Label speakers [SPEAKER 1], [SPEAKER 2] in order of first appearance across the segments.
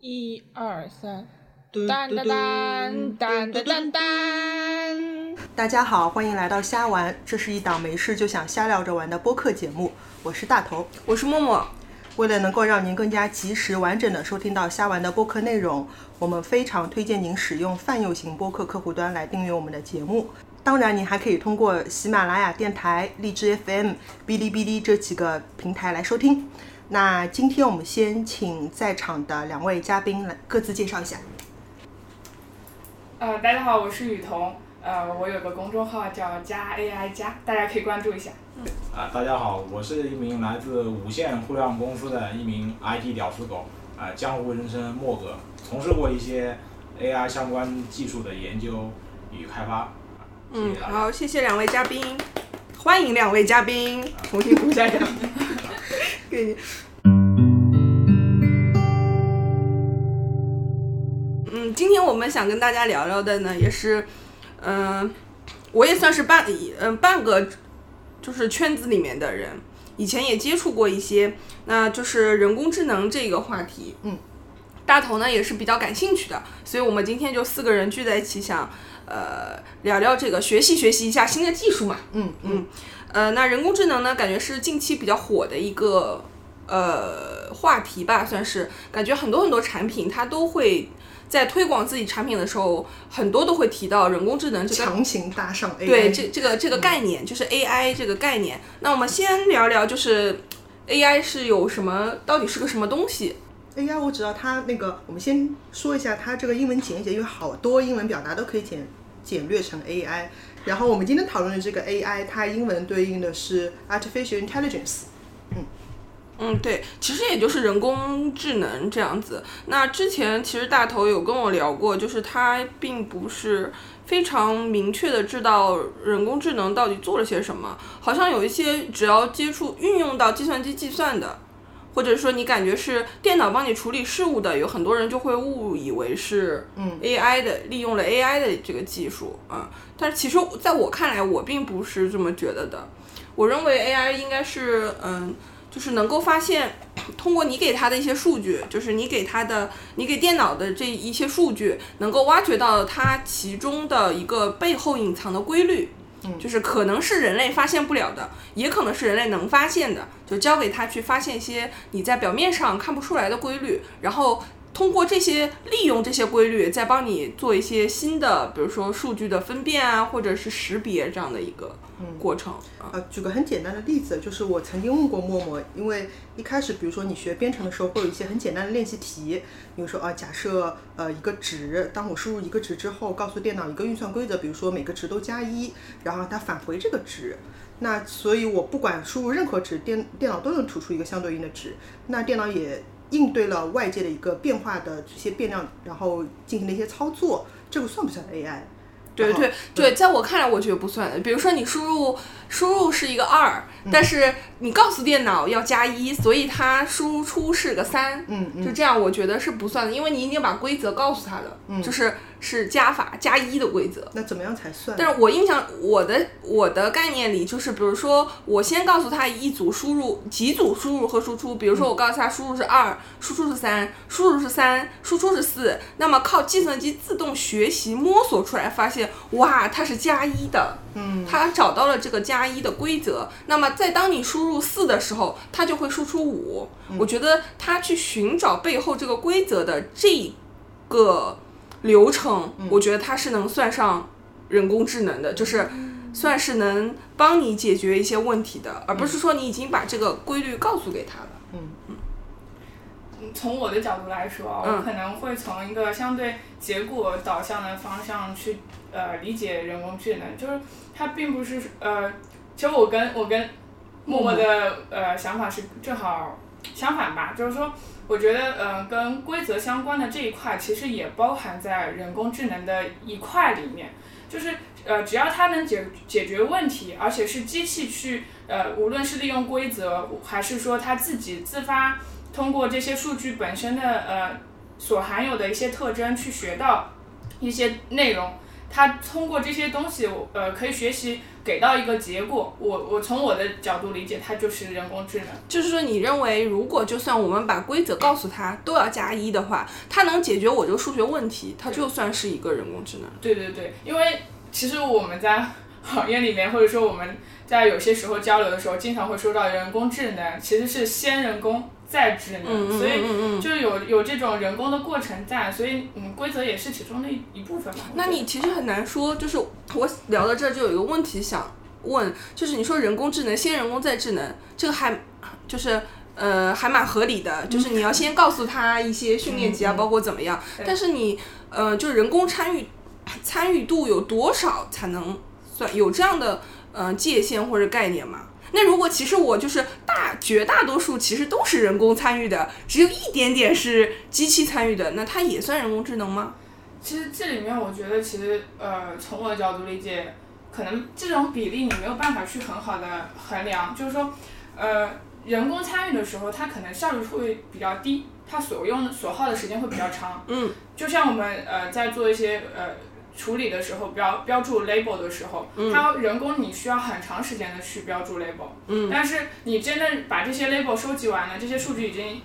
[SPEAKER 1] 一二三，
[SPEAKER 2] 嗯
[SPEAKER 1] 当当当当当当当。
[SPEAKER 2] 大家好，欢迎来到瞎玩，这是一档没事就想瞎聊着玩的播客节目，我是大头。
[SPEAKER 3] 我是默默，
[SPEAKER 2] 为了能够让您更加及时、完整的收听到瞎玩的播客内容，我们非常推荐您使用泛用型播客客户端来订阅我们的节目。当然，您还可以通过喜马拉雅电台、荔枝 FM、哔哩哔哩这几个平台来收听。那今天我们先请在场的两位嘉宾来各自介绍一下。
[SPEAKER 4] 呃，大家好，我是雨桐。呃，我有个公众号叫加 AI 加，大家可以关注一下。
[SPEAKER 5] 啊，大家好，我是一名来自五线互联网公司的一名 IT 屌丝狗，啊，江湖人称莫哥，从事过一些 AI 相关技术的研究与开发。啊谢
[SPEAKER 3] 嗯，
[SPEAKER 5] 谢大家。
[SPEAKER 3] 好，谢谢两位嘉宾，欢迎两位嘉宾，重新鼓一下
[SPEAKER 2] 嗯
[SPEAKER 3] 掌，给你。嗯，今天我们想跟大家聊聊的呢，也是，嗯、我也算是半嗯、半个就是圈子里面的人，以前也接触过一些，那就是人工智能这个话题，
[SPEAKER 2] 嗯，
[SPEAKER 3] 大头呢也是比较感兴趣的，所以我们今天就四个人聚在一起想。呃，聊聊这个学习学习一下新的技术嘛。
[SPEAKER 2] 嗯嗯，
[SPEAKER 3] 呃，那人工智能呢，感觉是近期比较火的一个呃话题吧，算是感觉很多很多产品它都会在推广自己产品的时候，很多都会提到人工智能这个
[SPEAKER 2] 强行搭上 AI。
[SPEAKER 3] 对这这个这个概念，就是 AI 这个概念。那我们先聊聊，就是 AI 是有什么，到底是个什么东西？
[SPEAKER 2] AI 哎我知道它那个，我们先说一下它这个英文简写，因为好多英文表达都可以简简略成 AI。然后我们今天讨论的这个 AI，它英文对应的是 artificial intelligence。
[SPEAKER 3] 嗯，对，其实也就是人工智能这样子。那之前其实大头有跟我聊过，就是他并不是非常明确的知道人工智能到底做了些什么，好像有一些只要接触运用到计算机计算的，或者说你感觉是电脑帮你处理事务的，有很多人就会误以为是
[SPEAKER 2] 嗯
[SPEAKER 3] AI 的，利用了 AI 的这个技术啊、但是其实在我看来，我并不是这么觉得的。我认为 AI 应该是嗯。就是能够发现，通过你给它的一些数据，就是你给它的，你给电脑的这一些数据，能够挖掘到它其中的一个背后隐藏的规律，就是可能是人类发现不了的，也可能是人类能发现的，就交给它去发现一些你在表面上看不出来的规律，然后。通过这些利用这些规律，再帮你做一些新的，比如说数据的分辨啊，或者是识别这样的一个过程。啊
[SPEAKER 2] 呃，举个很简单的例子，就是我曾经问过默默，因为一开始，比如说你学编程的时候，会有一些很简单的练习题，比如说啊，假设呃一个值，当我输入一个值之后，告诉电脑一个运算规则，比如说每个值都加一，然后让它返回这个值。那所以我不管输入任何值，电电脑都能吐出一个相对应的值。那电脑也应对了外界的一个变化的这些变量，然后进行了一些操作，这个算不算 AI？
[SPEAKER 3] 对
[SPEAKER 2] 然后
[SPEAKER 3] 对对，在我看来，我觉得不算的。比如说，你输入输入是一个二、
[SPEAKER 2] 嗯
[SPEAKER 3] 但是你告诉电脑要加一，所以它输出是个三，
[SPEAKER 2] 嗯
[SPEAKER 3] 就
[SPEAKER 2] 嗯
[SPEAKER 3] 这样，我觉得是不算的，因为你已经把规则告诉它了，
[SPEAKER 2] 嗯
[SPEAKER 3] 就是是加法加一的规则。
[SPEAKER 2] 那怎么样才算？
[SPEAKER 3] 但是我印象我的我的概念里就是，比如说我先告诉他一组输入几组输入和输出，比如说我告诉他输入是二、输出是三，输入是三，输出是四，那么靠计算机自动学习摸索出来，发现哇，它是加一的，
[SPEAKER 2] 嗯，
[SPEAKER 3] 它找到了这个加一的规则。那么在当你输入四的时候，它就会输出五。
[SPEAKER 4] 嗯
[SPEAKER 3] 我觉得它去寻找背后这个规则的这个流程，
[SPEAKER 4] 嗯
[SPEAKER 3] 我觉得它是能算上人工智能的，就是
[SPEAKER 4] 嗯
[SPEAKER 3] 算是能帮你解决一些问题的，而不是说你已经把这个规律告诉给他了。
[SPEAKER 4] 嗯从我的角度来说啊，
[SPEAKER 3] 嗯
[SPEAKER 4] 我可能会从一个相对结果导向的方向去呃理解人工智能，就是它并不是呃，其实我跟我跟默默的呃想法是正好相反吧，就是说我觉得呃跟规则相关的这一块其实也包含在人工智能的一块里面，就是呃只要它能解解决问题，而且是机器去呃无论是利用规则还是说它自己自发。通过这些数据本身的呃所含有的一些特征去学到一些内容，他通过这些东西，我呃可以学习给到一个结果。我我从我的角度理解，它就是人工智能。
[SPEAKER 3] 就是说，你认为如果就算我们把规则告诉他都要加一的话，他能解决我这个数学问题，他就算是一个人工智能。
[SPEAKER 4] 对对对，因为其实我们在行业里面，或者说我们在有些时候交流的时候，经常会说到人工智能其实是先人工再智能，
[SPEAKER 3] 嗯嗯
[SPEAKER 4] 啊所以
[SPEAKER 3] 嗯嗯。
[SPEAKER 4] 就有有这种人工的过程在，所以嗯，规则也是其中的一一部分嘛。
[SPEAKER 3] 那
[SPEAKER 4] 我觉得
[SPEAKER 3] 你其实很难说，就是我聊到这儿就有一个问题想问，就是你说人工智能先人工再智能，这个还就是呃还蛮合理的，就是你要先告诉他一些训练集啊，包括怎么样，
[SPEAKER 4] 对
[SPEAKER 3] 但是你呃就人工参与参与度有多少才能算有这样的呃界限或者概念吗？那如果其实我就是大绝大多数其实都是人工参与的，只有一点点是机器参与的，那它也算人工智能吗？
[SPEAKER 4] 其实这里面我觉得，其实呃，从我的角度理解，可能这种比例你没有办法去很好的衡量，就是说，呃，人工参与的时候，它可能效率会比较低，它所用所耗的时间会比较长。
[SPEAKER 3] 嗯，
[SPEAKER 4] 就像我们呃在做一些呃处理的时候，标标注 label 的时候，
[SPEAKER 3] 嗯
[SPEAKER 4] 它人工你需要很长时间的去标注 label。嗯，但是你真正把这些 label 收集完了，这些数据已经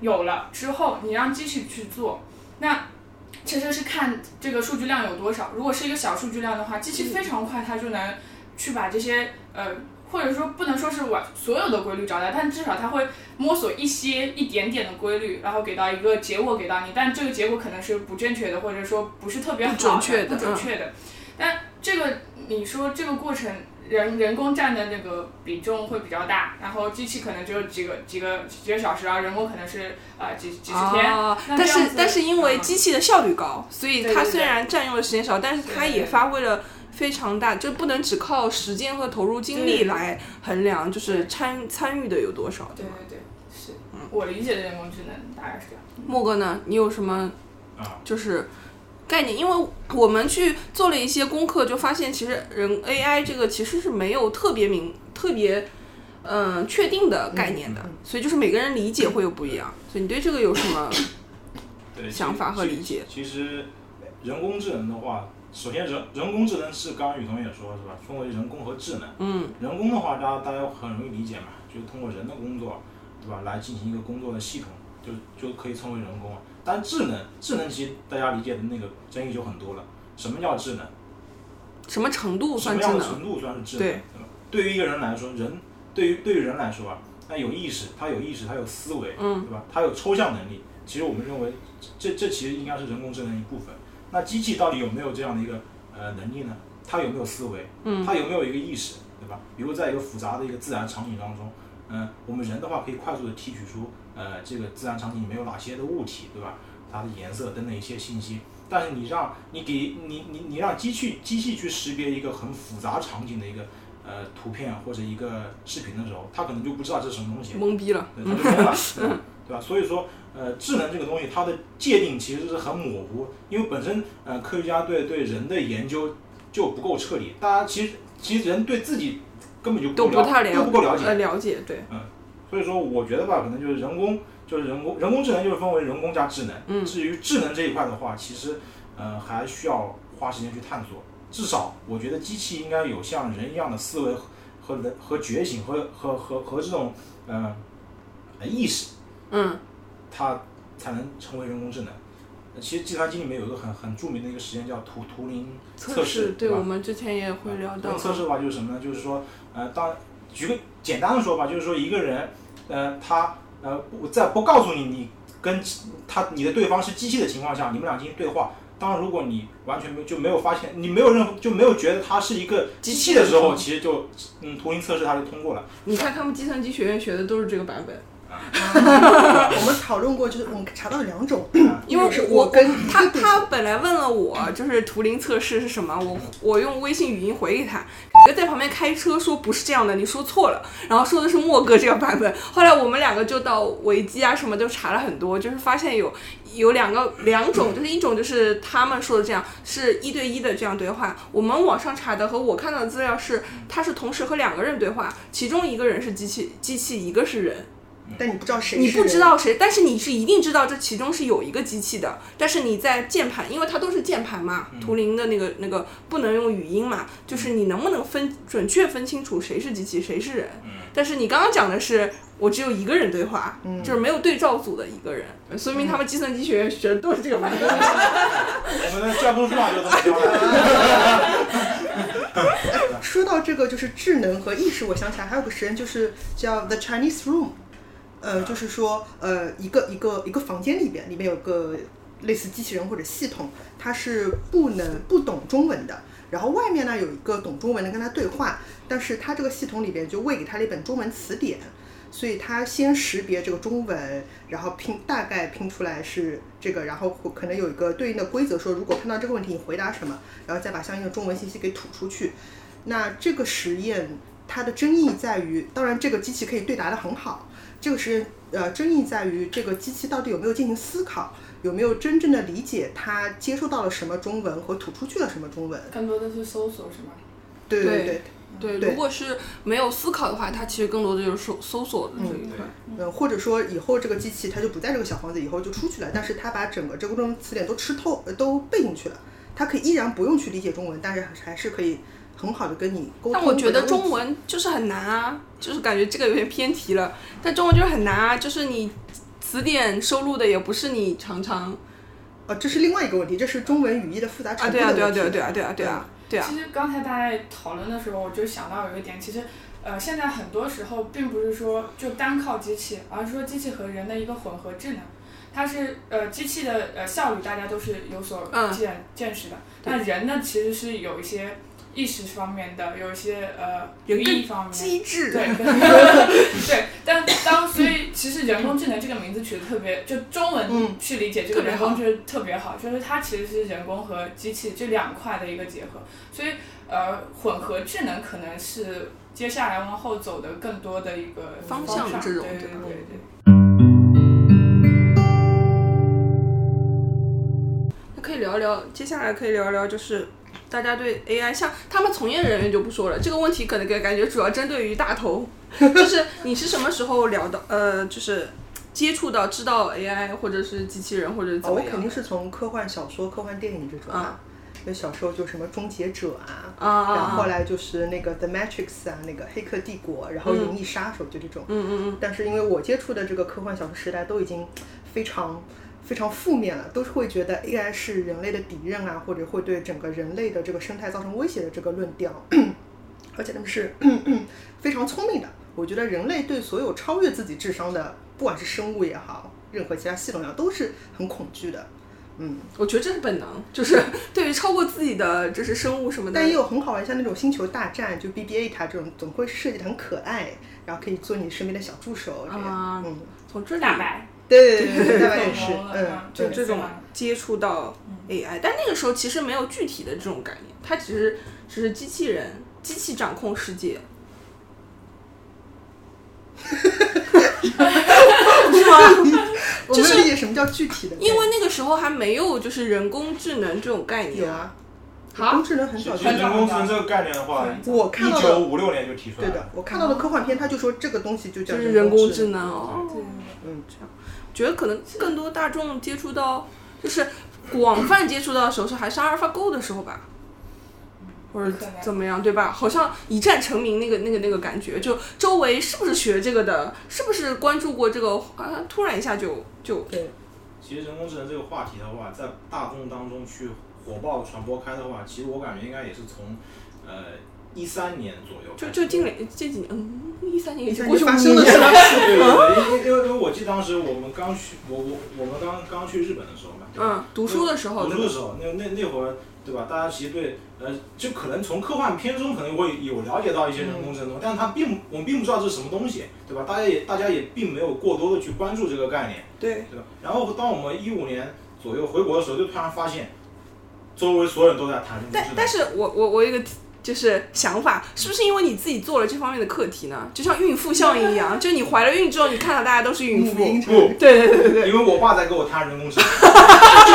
[SPEAKER 4] 有了之后，你让机器去做，那其实是看这个数据量有多少。如果是一个小数据量的话，机器非常快，它就能去把这些呃，或者说不能说是完所有的规律找到，但至少它会摸索一些一点点的规律，然后给到一个结果给到你。但这个结果可能是不正确的，或者说不是特别好的
[SPEAKER 3] 不准确的
[SPEAKER 4] 不准确的。但这个你说这个过程。人人工占的那个比重会比较大，然后机器可能只有几个几个几个小时，然后人工可能是啊、呃几几十天，
[SPEAKER 3] 哦、
[SPEAKER 4] 那
[SPEAKER 3] 但
[SPEAKER 4] 这样
[SPEAKER 3] 是
[SPEAKER 4] 子
[SPEAKER 3] 但是因为
[SPEAKER 4] 嗯
[SPEAKER 3] 机器的效率高，所以
[SPEAKER 4] 对
[SPEAKER 3] 它
[SPEAKER 4] 对
[SPEAKER 3] 虽
[SPEAKER 4] 对
[SPEAKER 3] 然占用的时间少，但是它
[SPEAKER 4] 对对
[SPEAKER 3] 也
[SPEAKER 4] 对
[SPEAKER 3] 发挥了非常大，就不能只靠时间和投入精力
[SPEAKER 4] 对
[SPEAKER 3] 来衡量，就是参参与的有多少。
[SPEAKER 4] 对对对，是我理解的人工智能大概是这样。
[SPEAKER 3] 莫哥呢，你有什么
[SPEAKER 6] 啊，
[SPEAKER 3] 就是概念？因为我们去做了一些功课，就发现其实人 AI 这个其实是没有特别明特别。嗯，确定的概念
[SPEAKER 4] 嗯
[SPEAKER 3] 的，所以就是每个人理解会有不一样。所以你对这个有什么？
[SPEAKER 6] 对
[SPEAKER 3] 想法和理解。
[SPEAKER 6] 其其实人工智能的话，首先人人工智能是刚刚雨桐也说了是吧，分为人工和智能。
[SPEAKER 3] 嗯，
[SPEAKER 6] 人工的话，大家大家很容易理解嘛，就是通过人的工作，对吧，来进行一个工作的系统，就就可以称为人工了。但智能，智能其实大家理解的那个争议就很多了。什么叫智能？
[SPEAKER 3] 什么程度
[SPEAKER 6] 什
[SPEAKER 3] 算
[SPEAKER 6] 么
[SPEAKER 3] 智
[SPEAKER 6] 样的
[SPEAKER 3] 能？
[SPEAKER 6] 程度算是智能？
[SPEAKER 3] 对
[SPEAKER 6] 对吧？对于一个人来说，人对于对于人来说啊，他有意识，他有意识，他有思维，
[SPEAKER 3] 嗯
[SPEAKER 6] 对吧？他有抽象能力。其实我们认为这这其实应该是人工智能一部分。那机器到底有没有这样的一个呃能力呢？它有没有思维？
[SPEAKER 3] 嗯
[SPEAKER 6] 它有没有一个意识，对吧？比如在一个复杂的一个自然场景当中，嗯、我们人的话可以快速的提取出呃这个自然场景里面有哪些的物体，对吧？它的颜色等等一些信息。但是你让你给你你你让机器机器去识别一个很复杂场景的一个呃图片或者一个视频的时候，它可能就不知道这是什么东西，
[SPEAKER 3] 懵逼了。
[SPEAKER 6] 对，它就懵了， 对吧对吧？所以说，呃，智能这个东西它的界定其实是很模糊，因为本身呃科学家对对人的研究就不够彻底，大家其实其实人对自己根本就
[SPEAKER 3] 都不
[SPEAKER 6] 了
[SPEAKER 3] 太
[SPEAKER 6] 都
[SPEAKER 3] 了
[SPEAKER 6] 不够了解
[SPEAKER 3] 呃，，了解对，
[SPEAKER 6] 所以说，我觉得吧，可能就是人工，就是人工，人工智能就是分为人工加智能。
[SPEAKER 3] 嗯
[SPEAKER 6] 至于智能这一块的话，其实，呃，还需要花时间去探索。至少，我觉得机器应该有像人一样的思维和和人和觉醒和和和和这种呃呃意识，
[SPEAKER 3] 嗯，
[SPEAKER 6] 它才能成为人工智能。呃其实计算机里面有一个很很著名的一个实验叫图图灵测
[SPEAKER 3] 试，对
[SPEAKER 6] 对吧
[SPEAKER 3] 我？们之前也会聊到
[SPEAKER 6] 这个测试的话就是什么呢？就是说，呃，当举个简单的说法，就是说一个人，呃，他呃不在不告诉你你跟其他你的对方是机器的情况下，你们俩进行对话。当如果你完全没就没有发现，你没有任何就没有觉得他是一个机器的时候，其实就嗯图形测试它就通过了。
[SPEAKER 3] 你看他们计算机学院学的都是这个版本，
[SPEAKER 2] 我们讨论过，就是我们查到两种，
[SPEAKER 3] 因为
[SPEAKER 2] 一个是
[SPEAKER 3] 我
[SPEAKER 2] 我跟
[SPEAKER 3] 他他本来问了我就是图灵测试是什么，我我用微信语音回给他，哥在旁边开车说不是这样的，你说错了，然后说的是莫哥这个版本。后来我们两个就到维基啊什么都查了很多，就是发现有有两个两种，就是一种就是他们说的这样是一对一的这样对话，我们网上查的和我看到的资料是他是同时和两个人对话，其中一个人是机器，机器一个是人。
[SPEAKER 2] 但你不知道谁
[SPEAKER 3] 你
[SPEAKER 2] 是
[SPEAKER 3] 不知道谁，但是你是一定知道这其中是有一个机器的。但是你在键盘，因为它都是键盘嘛，
[SPEAKER 2] 嗯
[SPEAKER 3] 图灵的那个那个不能用语音嘛，就是你能不能分准确分清楚谁是机器，谁是人？
[SPEAKER 6] 嗯
[SPEAKER 3] 但是你刚刚讲的是我只有一个人对话，
[SPEAKER 2] 嗯
[SPEAKER 3] 就是没有对照组的一个人，说明他们计算机学院学的都是这个方法。
[SPEAKER 5] 我们的教科书上就这么教的。
[SPEAKER 2] 说到这个就是智能和意识，我想起来还有个实验，就是叫 The Chinese Room，呃，就是说呃一个一个一个房间里边，里面有个类似机器人或者系统，它是不能不懂中文的。然后外面呢有一个懂中文的跟他对话，但是他这个系统里边就喂给他了一本中文词典，所以他先识别这个中文，然后拼大概拼出来是这个，然后会可能有一个对应的规则说，如果碰到这个问题你回答什么，然后再把相应的中文信息给吐出去。那这个实验它的争议在于，当然这个机器可以对答的很好，这个实验呃争议在于这个机器到底有没有进行思考，有没有真正的理解它接收到了什么中文和吐出去了什么中文。
[SPEAKER 4] 更多的是搜索是吗？
[SPEAKER 2] 对对
[SPEAKER 3] 对
[SPEAKER 2] 对，
[SPEAKER 3] 对，
[SPEAKER 2] 对
[SPEAKER 3] 如果是没有思考的话，它其实更多的就是搜搜索的这一块。
[SPEAKER 2] 嗯，或者说以后这个机器它就不在这个小房子，以后就出去了，但是它把整个这个中文词典都吃透，呃都背进去了，它可以依然不用去理解中文，但是还是可以很好的跟你沟通。
[SPEAKER 3] 但我觉得
[SPEAKER 2] 回答问
[SPEAKER 3] 中
[SPEAKER 2] 题
[SPEAKER 3] 文就是很难啊，就是感觉这个有点偏题了。但中文就是很难啊，就是你词典收录的也不是你常常
[SPEAKER 2] 呃，这是另外一个问题，这是中文语义的复杂
[SPEAKER 3] 啊，
[SPEAKER 2] 程度
[SPEAKER 3] 对
[SPEAKER 2] 的
[SPEAKER 3] 啊，
[SPEAKER 2] 问题。嗯
[SPEAKER 3] 对啊，对啊，对啊，对啊，对啊，对啊
[SPEAKER 4] 其，实刚才大家讨论的时候，我就想到有一点，其实呃，现在很多时候并不是说就单靠机器，而是说机器和人的一个混合智能。它是呃，机器的呃效率大家都是有所
[SPEAKER 3] 嗯
[SPEAKER 4] 见、见识的，但人呢其实是有一些意识方面的，有一些呃
[SPEAKER 3] 有
[SPEAKER 4] 语
[SPEAKER 3] 更
[SPEAKER 4] 义方面。
[SPEAKER 3] 机智。
[SPEAKER 4] 对， 对，但当所以其实人工智能这个名字取得特别，就中
[SPEAKER 2] 嗯
[SPEAKER 4] 文去理解这
[SPEAKER 3] 特
[SPEAKER 4] 个
[SPEAKER 3] 别
[SPEAKER 4] 人
[SPEAKER 3] 好
[SPEAKER 4] 工就是特别好，就是它其实是人工和机器这两块的一个结合，所以呃，混合智能可能是接下来往后走的更多的一个
[SPEAKER 3] 方向
[SPEAKER 4] 向
[SPEAKER 3] 这种对
[SPEAKER 4] 对对
[SPEAKER 3] 吧
[SPEAKER 4] 对对。
[SPEAKER 3] 那可以聊一聊，接下来可以聊一聊，就是大家对 AI，像他们从业人员就不说了，这个问题可能给感觉主要针对于大 头，就是你是什么时候聊到呃，就是接触到知道 AI 或者是机器人或者
[SPEAKER 2] 啊，
[SPEAKER 3] 怎么
[SPEAKER 2] 我
[SPEAKER 3] 样？
[SPEAKER 2] 肯定是从科幻小说、科幻电影这种啊，就小时候就什么《终结者》啊，
[SPEAKER 3] 啊啊
[SPEAKER 2] 然
[SPEAKER 3] 啊
[SPEAKER 2] 后后来就是那个《The Matrix》啊，那个《黑客帝国》，然后
[SPEAKER 3] 嗯
[SPEAKER 2] 《银翼杀手》就这种。嗯嗯嗯。但是因为我接触的这个科幻小说时代都已经非常非常负面了，都是会觉得 AI 是人类的敌人啊，或者会对整个人类的这个生态造成威胁的这个论调，而且他们是 非常聪明的。我觉得人类对所有超越自己智商的，不管是生物也好，任何其他系统也好，都是很恐惧的。嗯，
[SPEAKER 3] 我觉得这是本能，就是 对于超过自己的就是生物什么的，
[SPEAKER 2] 但也有很好玩，像那种星球大战，就 BB-8 它这种，总会设计的很可爱，然后可以做你身边的小助手这样。
[SPEAKER 3] 啊
[SPEAKER 2] 嗯，
[SPEAKER 3] 从这里
[SPEAKER 4] 大白，
[SPEAKER 2] 对对对对，大白
[SPEAKER 4] 对
[SPEAKER 2] 也是
[SPEAKER 4] 懂了，
[SPEAKER 2] 嗯
[SPEAKER 4] 嗯，
[SPEAKER 3] 就
[SPEAKER 2] 对
[SPEAKER 3] 这种接触到
[SPEAKER 2] 嗯
[SPEAKER 3] AI，但那个时候其实没有具体的这种概念，它只是只是机器人，机器掌控世界。 是吗？
[SPEAKER 2] 我没有理解什么叫具体的，
[SPEAKER 3] 因为那个时候还没有就是人工智能这种概念。
[SPEAKER 2] 有啊，人
[SPEAKER 3] 好
[SPEAKER 2] 工，智能很早
[SPEAKER 5] 其
[SPEAKER 2] 就
[SPEAKER 5] 实人工智能这个概念的 话，
[SPEAKER 2] 我看
[SPEAKER 5] 一
[SPEAKER 2] 到
[SPEAKER 5] 九
[SPEAKER 2] 的，
[SPEAKER 5] 五六年就提出来
[SPEAKER 2] 对的，。我看到的科幻片，它就说这个东西就叫
[SPEAKER 3] 就是人工智
[SPEAKER 2] 智
[SPEAKER 3] 能哦。
[SPEAKER 4] 对
[SPEAKER 2] 嗯，
[SPEAKER 3] 觉得可能更多大众接触到，就是广泛接触到的时候是还是阿尔法 Go 的时候吧，或者
[SPEAKER 4] 可能
[SPEAKER 3] 怎么样，对吧？好像一战成名那个那个那个感觉，就周围是不是学这个的，是不是关注过这个，啊、突然一下就就
[SPEAKER 2] 对，
[SPEAKER 5] 其实人工智能这个话题的话，在大众当中去火爆传播开的话，其实我感觉应该也是从呃一三年左右开
[SPEAKER 3] 就
[SPEAKER 5] 始。
[SPEAKER 3] 就 近两这几年，嗯，一三年已
[SPEAKER 2] 一
[SPEAKER 3] 经
[SPEAKER 2] 下
[SPEAKER 3] 过去
[SPEAKER 2] 就
[SPEAKER 3] 五
[SPEAKER 2] 发生了
[SPEAKER 3] 年
[SPEAKER 2] 是吧？
[SPEAKER 5] 对对对，因为因为因为我记得当时我们刚去，我我我们刚刚去日本的时候嘛，对吧
[SPEAKER 3] 嗯，读书的时候，
[SPEAKER 5] 读
[SPEAKER 3] 对
[SPEAKER 5] 书
[SPEAKER 3] 吧
[SPEAKER 5] 的时候，那那那会儿，对吧？大家其实对呃，就可能从科幻片中可能会有了解到一些人工智能，但是它并我们并不知道这是什么东西，对吧？大家也大家也并没有过多的去关注这个概念，
[SPEAKER 3] 对，
[SPEAKER 5] 对吧？然后当我们一五年左右回国的时候，就突然发现，周围所有人都在谈人工智
[SPEAKER 3] 但
[SPEAKER 5] 能。
[SPEAKER 3] 但是我我我有一个提就是想法，是不是因为你自己做了这方面的课题呢？就像孕妇效应一样，就你怀了孕之后，你看到大家都是孕妇
[SPEAKER 2] 母，婴
[SPEAKER 5] 不，
[SPEAKER 3] 对对对对对，
[SPEAKER 5] 因为我爸在跟我谈人工智 能，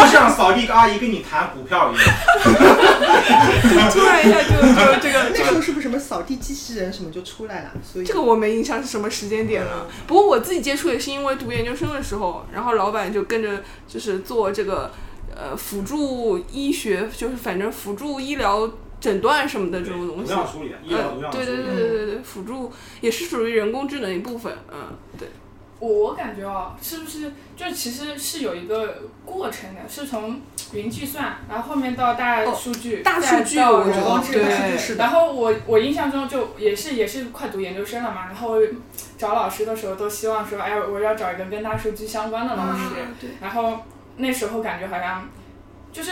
[SPEAKER 5] 就像扫地阿姨跟你谈股票一样。
[SPEAKER 3] 突然一下就就这个
[SPEAKER 2] 那时候是不是什么扫地机器人什么就出来了？所 以
[SPEAKER 3] 这个我没印象是什么时间点了。不过我自己接触也是因为读研究生的时候，然后老板就跟着就是做这个呃辅助医学，就是反正辅助医疗诊断什么的这种东
[SPEAKER 5] 毒
[SPEAKER 3] 西。呃
[SPEAKER 5] 药处理，医疗毒药处
[SPEAKER 3] 对
[SPEAKER 5] 理。
[SPEAKER 3] 对对对对对，辅助也是属于人工智能一部分。嗯，对，
[SPEAKER 4] 我我感觉啊，是不是就其实是有一个过程的，是从云计算，然后后面到大
[SPEAKER 3] 哦
[SPEAKER 4] 数据，
[SPEAKER 3] 大数
[SPEAKER 4] 再
[SPEAKER 3] 据
[SPEAKER 4] 到
[SPEAKER 3] 我
[SPEAKER 4] 人
[SPEAKER 3] 觉
[SPEAKER 4] 工
[SPEAKER 3] 得
[SPEAKER 4] 智能
[SPEAKER 3] 对，
[SPEAKER 2] 是的
[SPEAKER 4] 然后我我印象中就也是也是快读研究生了嘛，然后找老师的时候都希望说，哎，我要找一个跟大数据相关的老师。
[SPEAKER 3] 啊对
[SPEAKER 4] 然后那时候感觉好像就是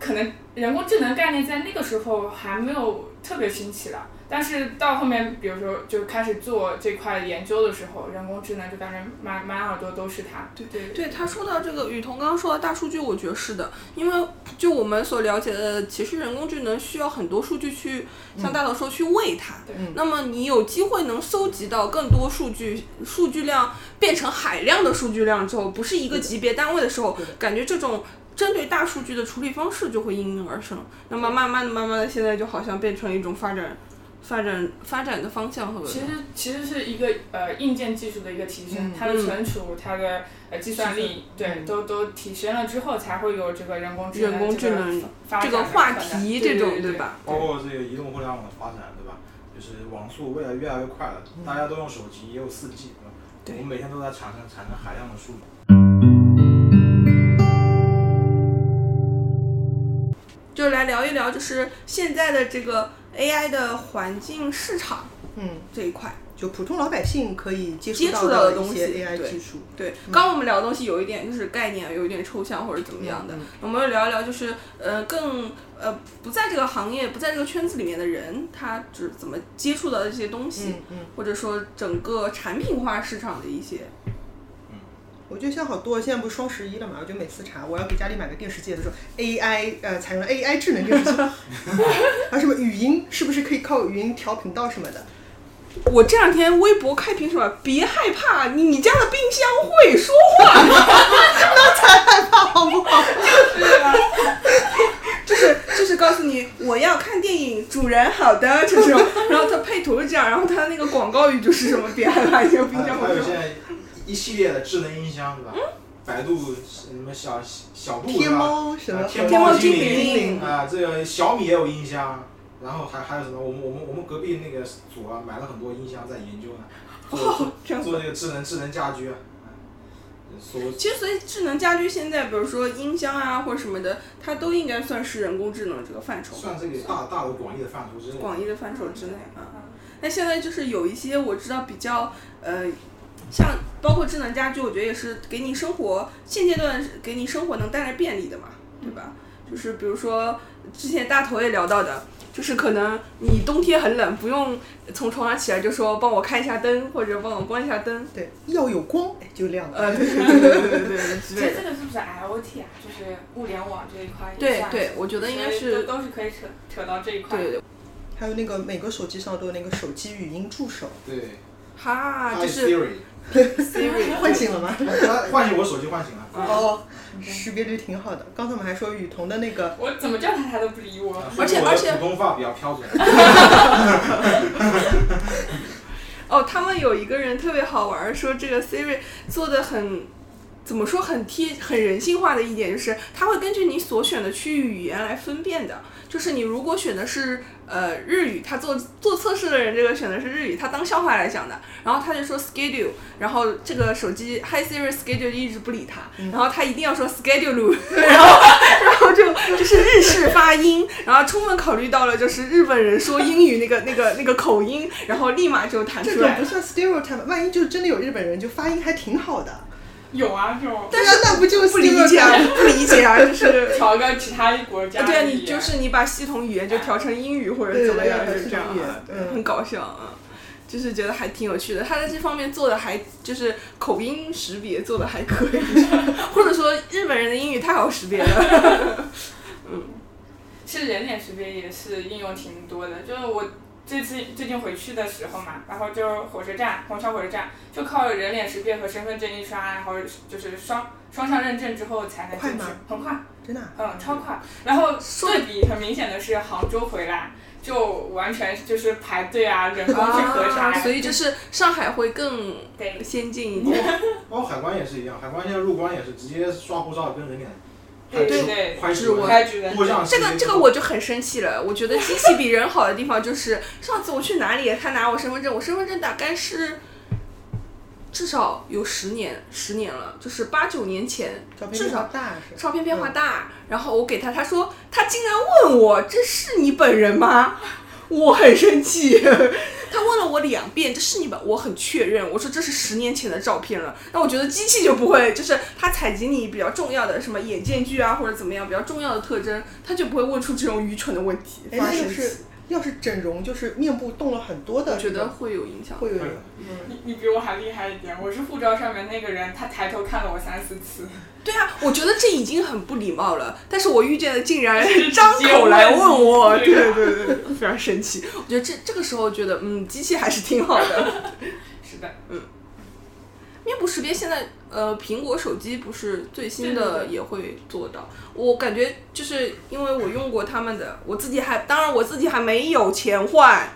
[SPEAKER 4] 可能人工智能概念在那个时候还没有特别兴起了，但是到后面，比如说就开始做这块研究的时候，人工智能就感觉满满耳朵都是它。对对
[SPEAKER 3] 对他说到这个，雨桐刚刚说到大数据，我觉得是的，因为就我们所了解的，其实人工智能需要很多数据去，像大头说去喂它。
[SPEAKER 4] 对
[SPEAKER 3] 那么你有机会能搜集到更多数据，数据量变成海量的数据量之后，不是一个级别单位的时候，感觉这种。针对大数据的处理方式就会应运而生，那么慢慢的、慢慢的，现在就好像变成了一种发展、发展、发展的方向和
[SPEAKER 4] 其实其实是一个呃硬件技术的一个提升，
[SPEAKER 2] 嗯
[SPEAKER 4] 它的存储、它的呃计算力，对，
[SPEAKER 2] 嗯
[SPEAKER 4] 都都提升了之后，才会有这个人工智能
[SPEAKER 3] 人工智能
[SPEAKER 4] 发
[SPEAKER 3] 这
[SPEAKER 4] 展
[SPEAKER 3] 个
[SPEAKER 4] 的
[SPEAKER 3] 话
[SPEAKER 4] 可能
[SPEAKER 3] 题
[SPEAKER 4] 对
[SPEAKER 3] 这种，
[SPEAKER 4] 对
[SPEAKER 3] 对？吧？
[SPEAKER 5] 包括这个移动互联网的发展，对吧？就是网速未来越来越快了，大家都用手机，也有四 G，对吧？
[SPEAKER 3] 嗯对
[SPEAKER 5] 我们每天都在产生产生海量的数据。
[SPEAKER 3] 就来聊一聊，就是现在的这个 AI 的环境市场
[SPEAKER 2] 嗯，
[SPEAKER 3] 这一块。
[SPEAKER 2] 就普通老百姓可以接
[SPEAKER 3] 接
[SPEAKER 2] 触
[SPEAKER 3] 触到
[SPEAKER 2] 到
[SPEAKER 3] 的
[SPEAKER 2] 一
[SPEAKER 3] 东
[SPEAKER 2] 些
[SPEAKER 3] 西
[SPEAKER 2] AI
[SPEAKER 3] 对
[SPEAKER 2] 技术，
[SPEAKER 3] 对，刚刚我们聊的东西有一点就是概念，有一点抽象或者怎么样的。
[SPEAKER 2] 嗯嗯
[SPEAKER 3] 我们聊一聊，就是呃，更呃不在这个行业、不在这个圈子里面的人，他是怎么接触到这些东西，
[SPEAKER 2] 嗯嗯。
[SPEAKER 3] 或者说整个产品化市场的一些。
[SPEAKER 2] 我觉得现在好多，现在不是双十一了嘛？我就每次查，我要给家里买个电视机的时候，AI 呃采用了 AI 智能电 视机，还有什么语音是不是可以靠语音调频道什么的？
[SPEAKER 3] 我这两天微博开屏什么，别害怕，你你家的冰箱会说话。
[SPEAKER 2] 好不好？
[SPEAKER 4] 啊
[SPEAKER 3] 就是 就是告诉你我要看电影，主人好的这种，然后它配图是这样，然后它那个广告语就是什么别害怕，有冰
[SPEAKER 5] 还
[SPEAKER 3] 箱
[SPEAKER 5] 有
[SPEAKER 3] 我
[SPEAKER 5] 还有
[SPEAKER 3] 说
[SPEAKER 5] 现在一系列的智能音箱，对吧？
[SPEAKER 3] 嗯
[SPEAKER 5] 百度什么小小度
[SPEAKER 2] 天
[SPEAKER 5] 是吧？
[SPEAKER 2] 猫什么
[SPEAKER 5] 啊
[SPEAKER 2] 和？
[SPEAKER 5] 天
[SPEAKER 3] 天猫精
[SPEAKER 5] 精
[SPEAKER 3] 灵
[SPEAKER 5] 啊，这个小米也有音箱，然后还还有什么？我们我们我们隔壁那个组啊，买了很多音箱在研 究呢，做
[SPEAKER 3] 哦这样
[SPEAKER 5] 做做那个智能智能家居啊，所
[SPEAKER 3] 其实，所以智能家居现在，比如说音箱啊或者什么的，它都应该算是人工智能这个范畴吧，
[SPEAKER 5] 算这个大大的广义的范畴之内。
[SPEAKER 3] 广义的范畴之内啊。那现在就是有一些我知道比较呃，像包括智能家居，我觉得也是给你生活现阶段是给你生活能带来便利的嘛，对吧？就是比如说之前大头也聊到的，就是可能你冬天很冷，不用从床上起来就说帮我开一下灯或者帮我关一下灯，
[SPEAKER 2] 对，要有光，哎，就亮了。
[SPEAKER 3] 呃，对对对对对对之
[SPEAKER 4] 其
[SPEAKER 3] 类
[SPEAKER 4] 实
[SPEAKER 3] 的。
[SPEAKER 4] 这个是不是 IoT 啊？就是物联网这一块 也
[SPEAKER 3] 对
[SPEAKER 4] 算
[SPEAKER 3] 对，我觉得应该
[SPEAKER 4] 所以
[SPEAKER 3] 是
[SPEAKER 4] 都都是可以扯扯到这一块。
[SPEAKER 3] 对对对，
[SPEAKER 2] 还有那个每个手机上都有那个手机语音助手，
[SPEAKER 5] 对，它
[SPEAKER 3] 哈，啊就是
[SPEAKER 5] Siri，
[SPEAKER 3] Siri
[SPEAKER 2] 唤醒了吗？
[SPEAKER 5] 它唤醒我手机唤醒了。
[SPEAKER 2] 哦，识别率挺好的。刚才我们还说雨桐的那个，
[SPEAKER 4] 我怎么叫他，他都不理我。
[SPEAKER 5] 啊
[SPEAKER 3] 而且而且
[SPEAKER 5] 普通话比较标准，
[SPEAKER 3] 哦，他们有一个人特别好玩儿，说这个 Siri 做的很。怎么说很贴很人性化的一点就是，它会根据你所选的区域语言来分辨的。就是你如果选的是呃日语，他做做测试的人这个选的是日语，他当笑话来讲的。然后他就说 schedule，然后这个手机 Hi Siri schedule 就一直不理他，然后他一定要说 schedule，然 后然后就就是日式发音，然后充分考虑到了就是日本人说英语那个那个那个口音，然后立马就弹
[SPEAKER 2] 这
[SPEAKER 3] 出
[SPEAKER 2] 种
[SPEAKER 3] 来
[SPEAKER 2] 不。算 stereotype，万一就真的有日本人，就发音还挺好的。
[SPEAKER 4] 有啊，有。
[SPEAKER 2] 对啊，那不就是
[SPEAKER 3] 不理解啊
[SPEAKER 2] stereotype？，
[SPEAKER 3] 不理解啊，就是。
[SPEAKER 4] 调个其他国家的
[SPEAKER 3] 对啊，
[SPEAKER 4] 语
[SPEAKER 3] 你
[SPEAKER 4] 言
[SPEAKER 3] 就是你把系统语言就调成英语或者怎么样，就是这样啊，
[SPEAKER 2] 对对对嗯
[SPEAKER 3] 很搞笑啊，就是觉得还挺有趣的。他在这方面做的还就是口音识别做的还可 以，或者说日本人的英语太好识别了。
[SPEAKER 4] 其实人脸识别也是应用挺多的，就是我这次最近回去的时候嘛，然后就火车站，虹桥火车站就靠人脸识别和身份证一刷，然后就是双双向认证之后才能进去
[SPEAKER 2] 快吗，
[SPEAKER 4] 很快，
[SPEAKER 2] 真的啊、
[SPEAKER 4] 嗯，超快。然后对比很明显的是，杭州回来就完全就是排队啊，人工去核查呀，
[SPEAKER 3] 所以就是上海会更
[SPEAKER 4] 对
[SPEAKER 3] 先进一点。
[SPEAKER 6] 包括海关也是一样，海关现在入关也是直接刷护照跟人脸，
[SPEAKER 4] 对
[SPEAKER 6] 还
[SPEAKER 4] 对
[SPEAKER 6] 有
[SPEAKER 4] 对，
[SPEAKER 6] 快指
[SPEAKER 3] 我
[SPEAKER 6] 纹
[SPEAKER 4] 开局人
[SPEAKER 6] 多项
[SPEAKER 3] 这
[SPEAKER 6] 识
[SPEAKER 3] 个
[SPEAKER 6] 别
[SPEAKER 3] 这个
[SPEAKER 6] 之后
[SPEAKER 3] 我就很生气了。我觉得机器比人好的地方就是，上次我去哪里，他拿我身份证，我身份证大概是至少有十年十年了，就是八九年前
[SPEAKER 2] 照，片
[SPEAKER 3] 至
[SPEAKER 2] 比较
[SPEAKER 3] 少
[SPEAKER 2] 大是吧？
[SPEAKER 3] 照片变化大。然后我给他，他说他竟然问我这是你本人吗？我很生气， 他问了我两遍，这是你本，我很确认，我说这是十年前的照片了。那我觉得机器就不会，就是它采集你比较重要的什么眼间距啊，或者怎么样比较重要的特征，它就不会问出这种愚蠢的问题。
[SPEAKER 2] 哎，
[SPEAKER 3] 反
[SPEAKER 2] 那
[SPEAKER 3] 而
[SPEAKER 2] 要
[SPEAKER 3] 生
[SPEAKER 2] 是
[SPEAKER 3] 气，
[SPEAKER 2] 要是整容，就是面部动了很多的，
[SPEAKER 3] 我觉得会有影响。
[SPEAKER 2] 会有
[SPEAKER 6] 会
[SPEAKER 4] 你你比我还厉害一点，我是护照上面那个人，他抬头看了我三四次。
[SPEAKER 3] 对啊，我觉得这已经很不礼貌了，但是我遇见的竟然
[SPEAKER 4] 是
[SPEAKER 3] 张口来问我，
[SPEAKER 4] 直接
[SPEAKER 3] 对
[SPEAKER 4] 问
[SPEAKER 3] 对对，对非常生气。我觉得这这个时候觉得，嗯，机器还是挺好的。
[SPEAKER 4] 是的，
[SPEAKER 3] 面部识别现在，呃，苹果手机不是最新
[SPEAKER 4] 对
[SPEAKER 3] 的
[SPEAKER 4] 对对
[SPEAKER 3] 也会做到。我感觉就是因为我用过他们的，我自己还当然我自己还没有钱换，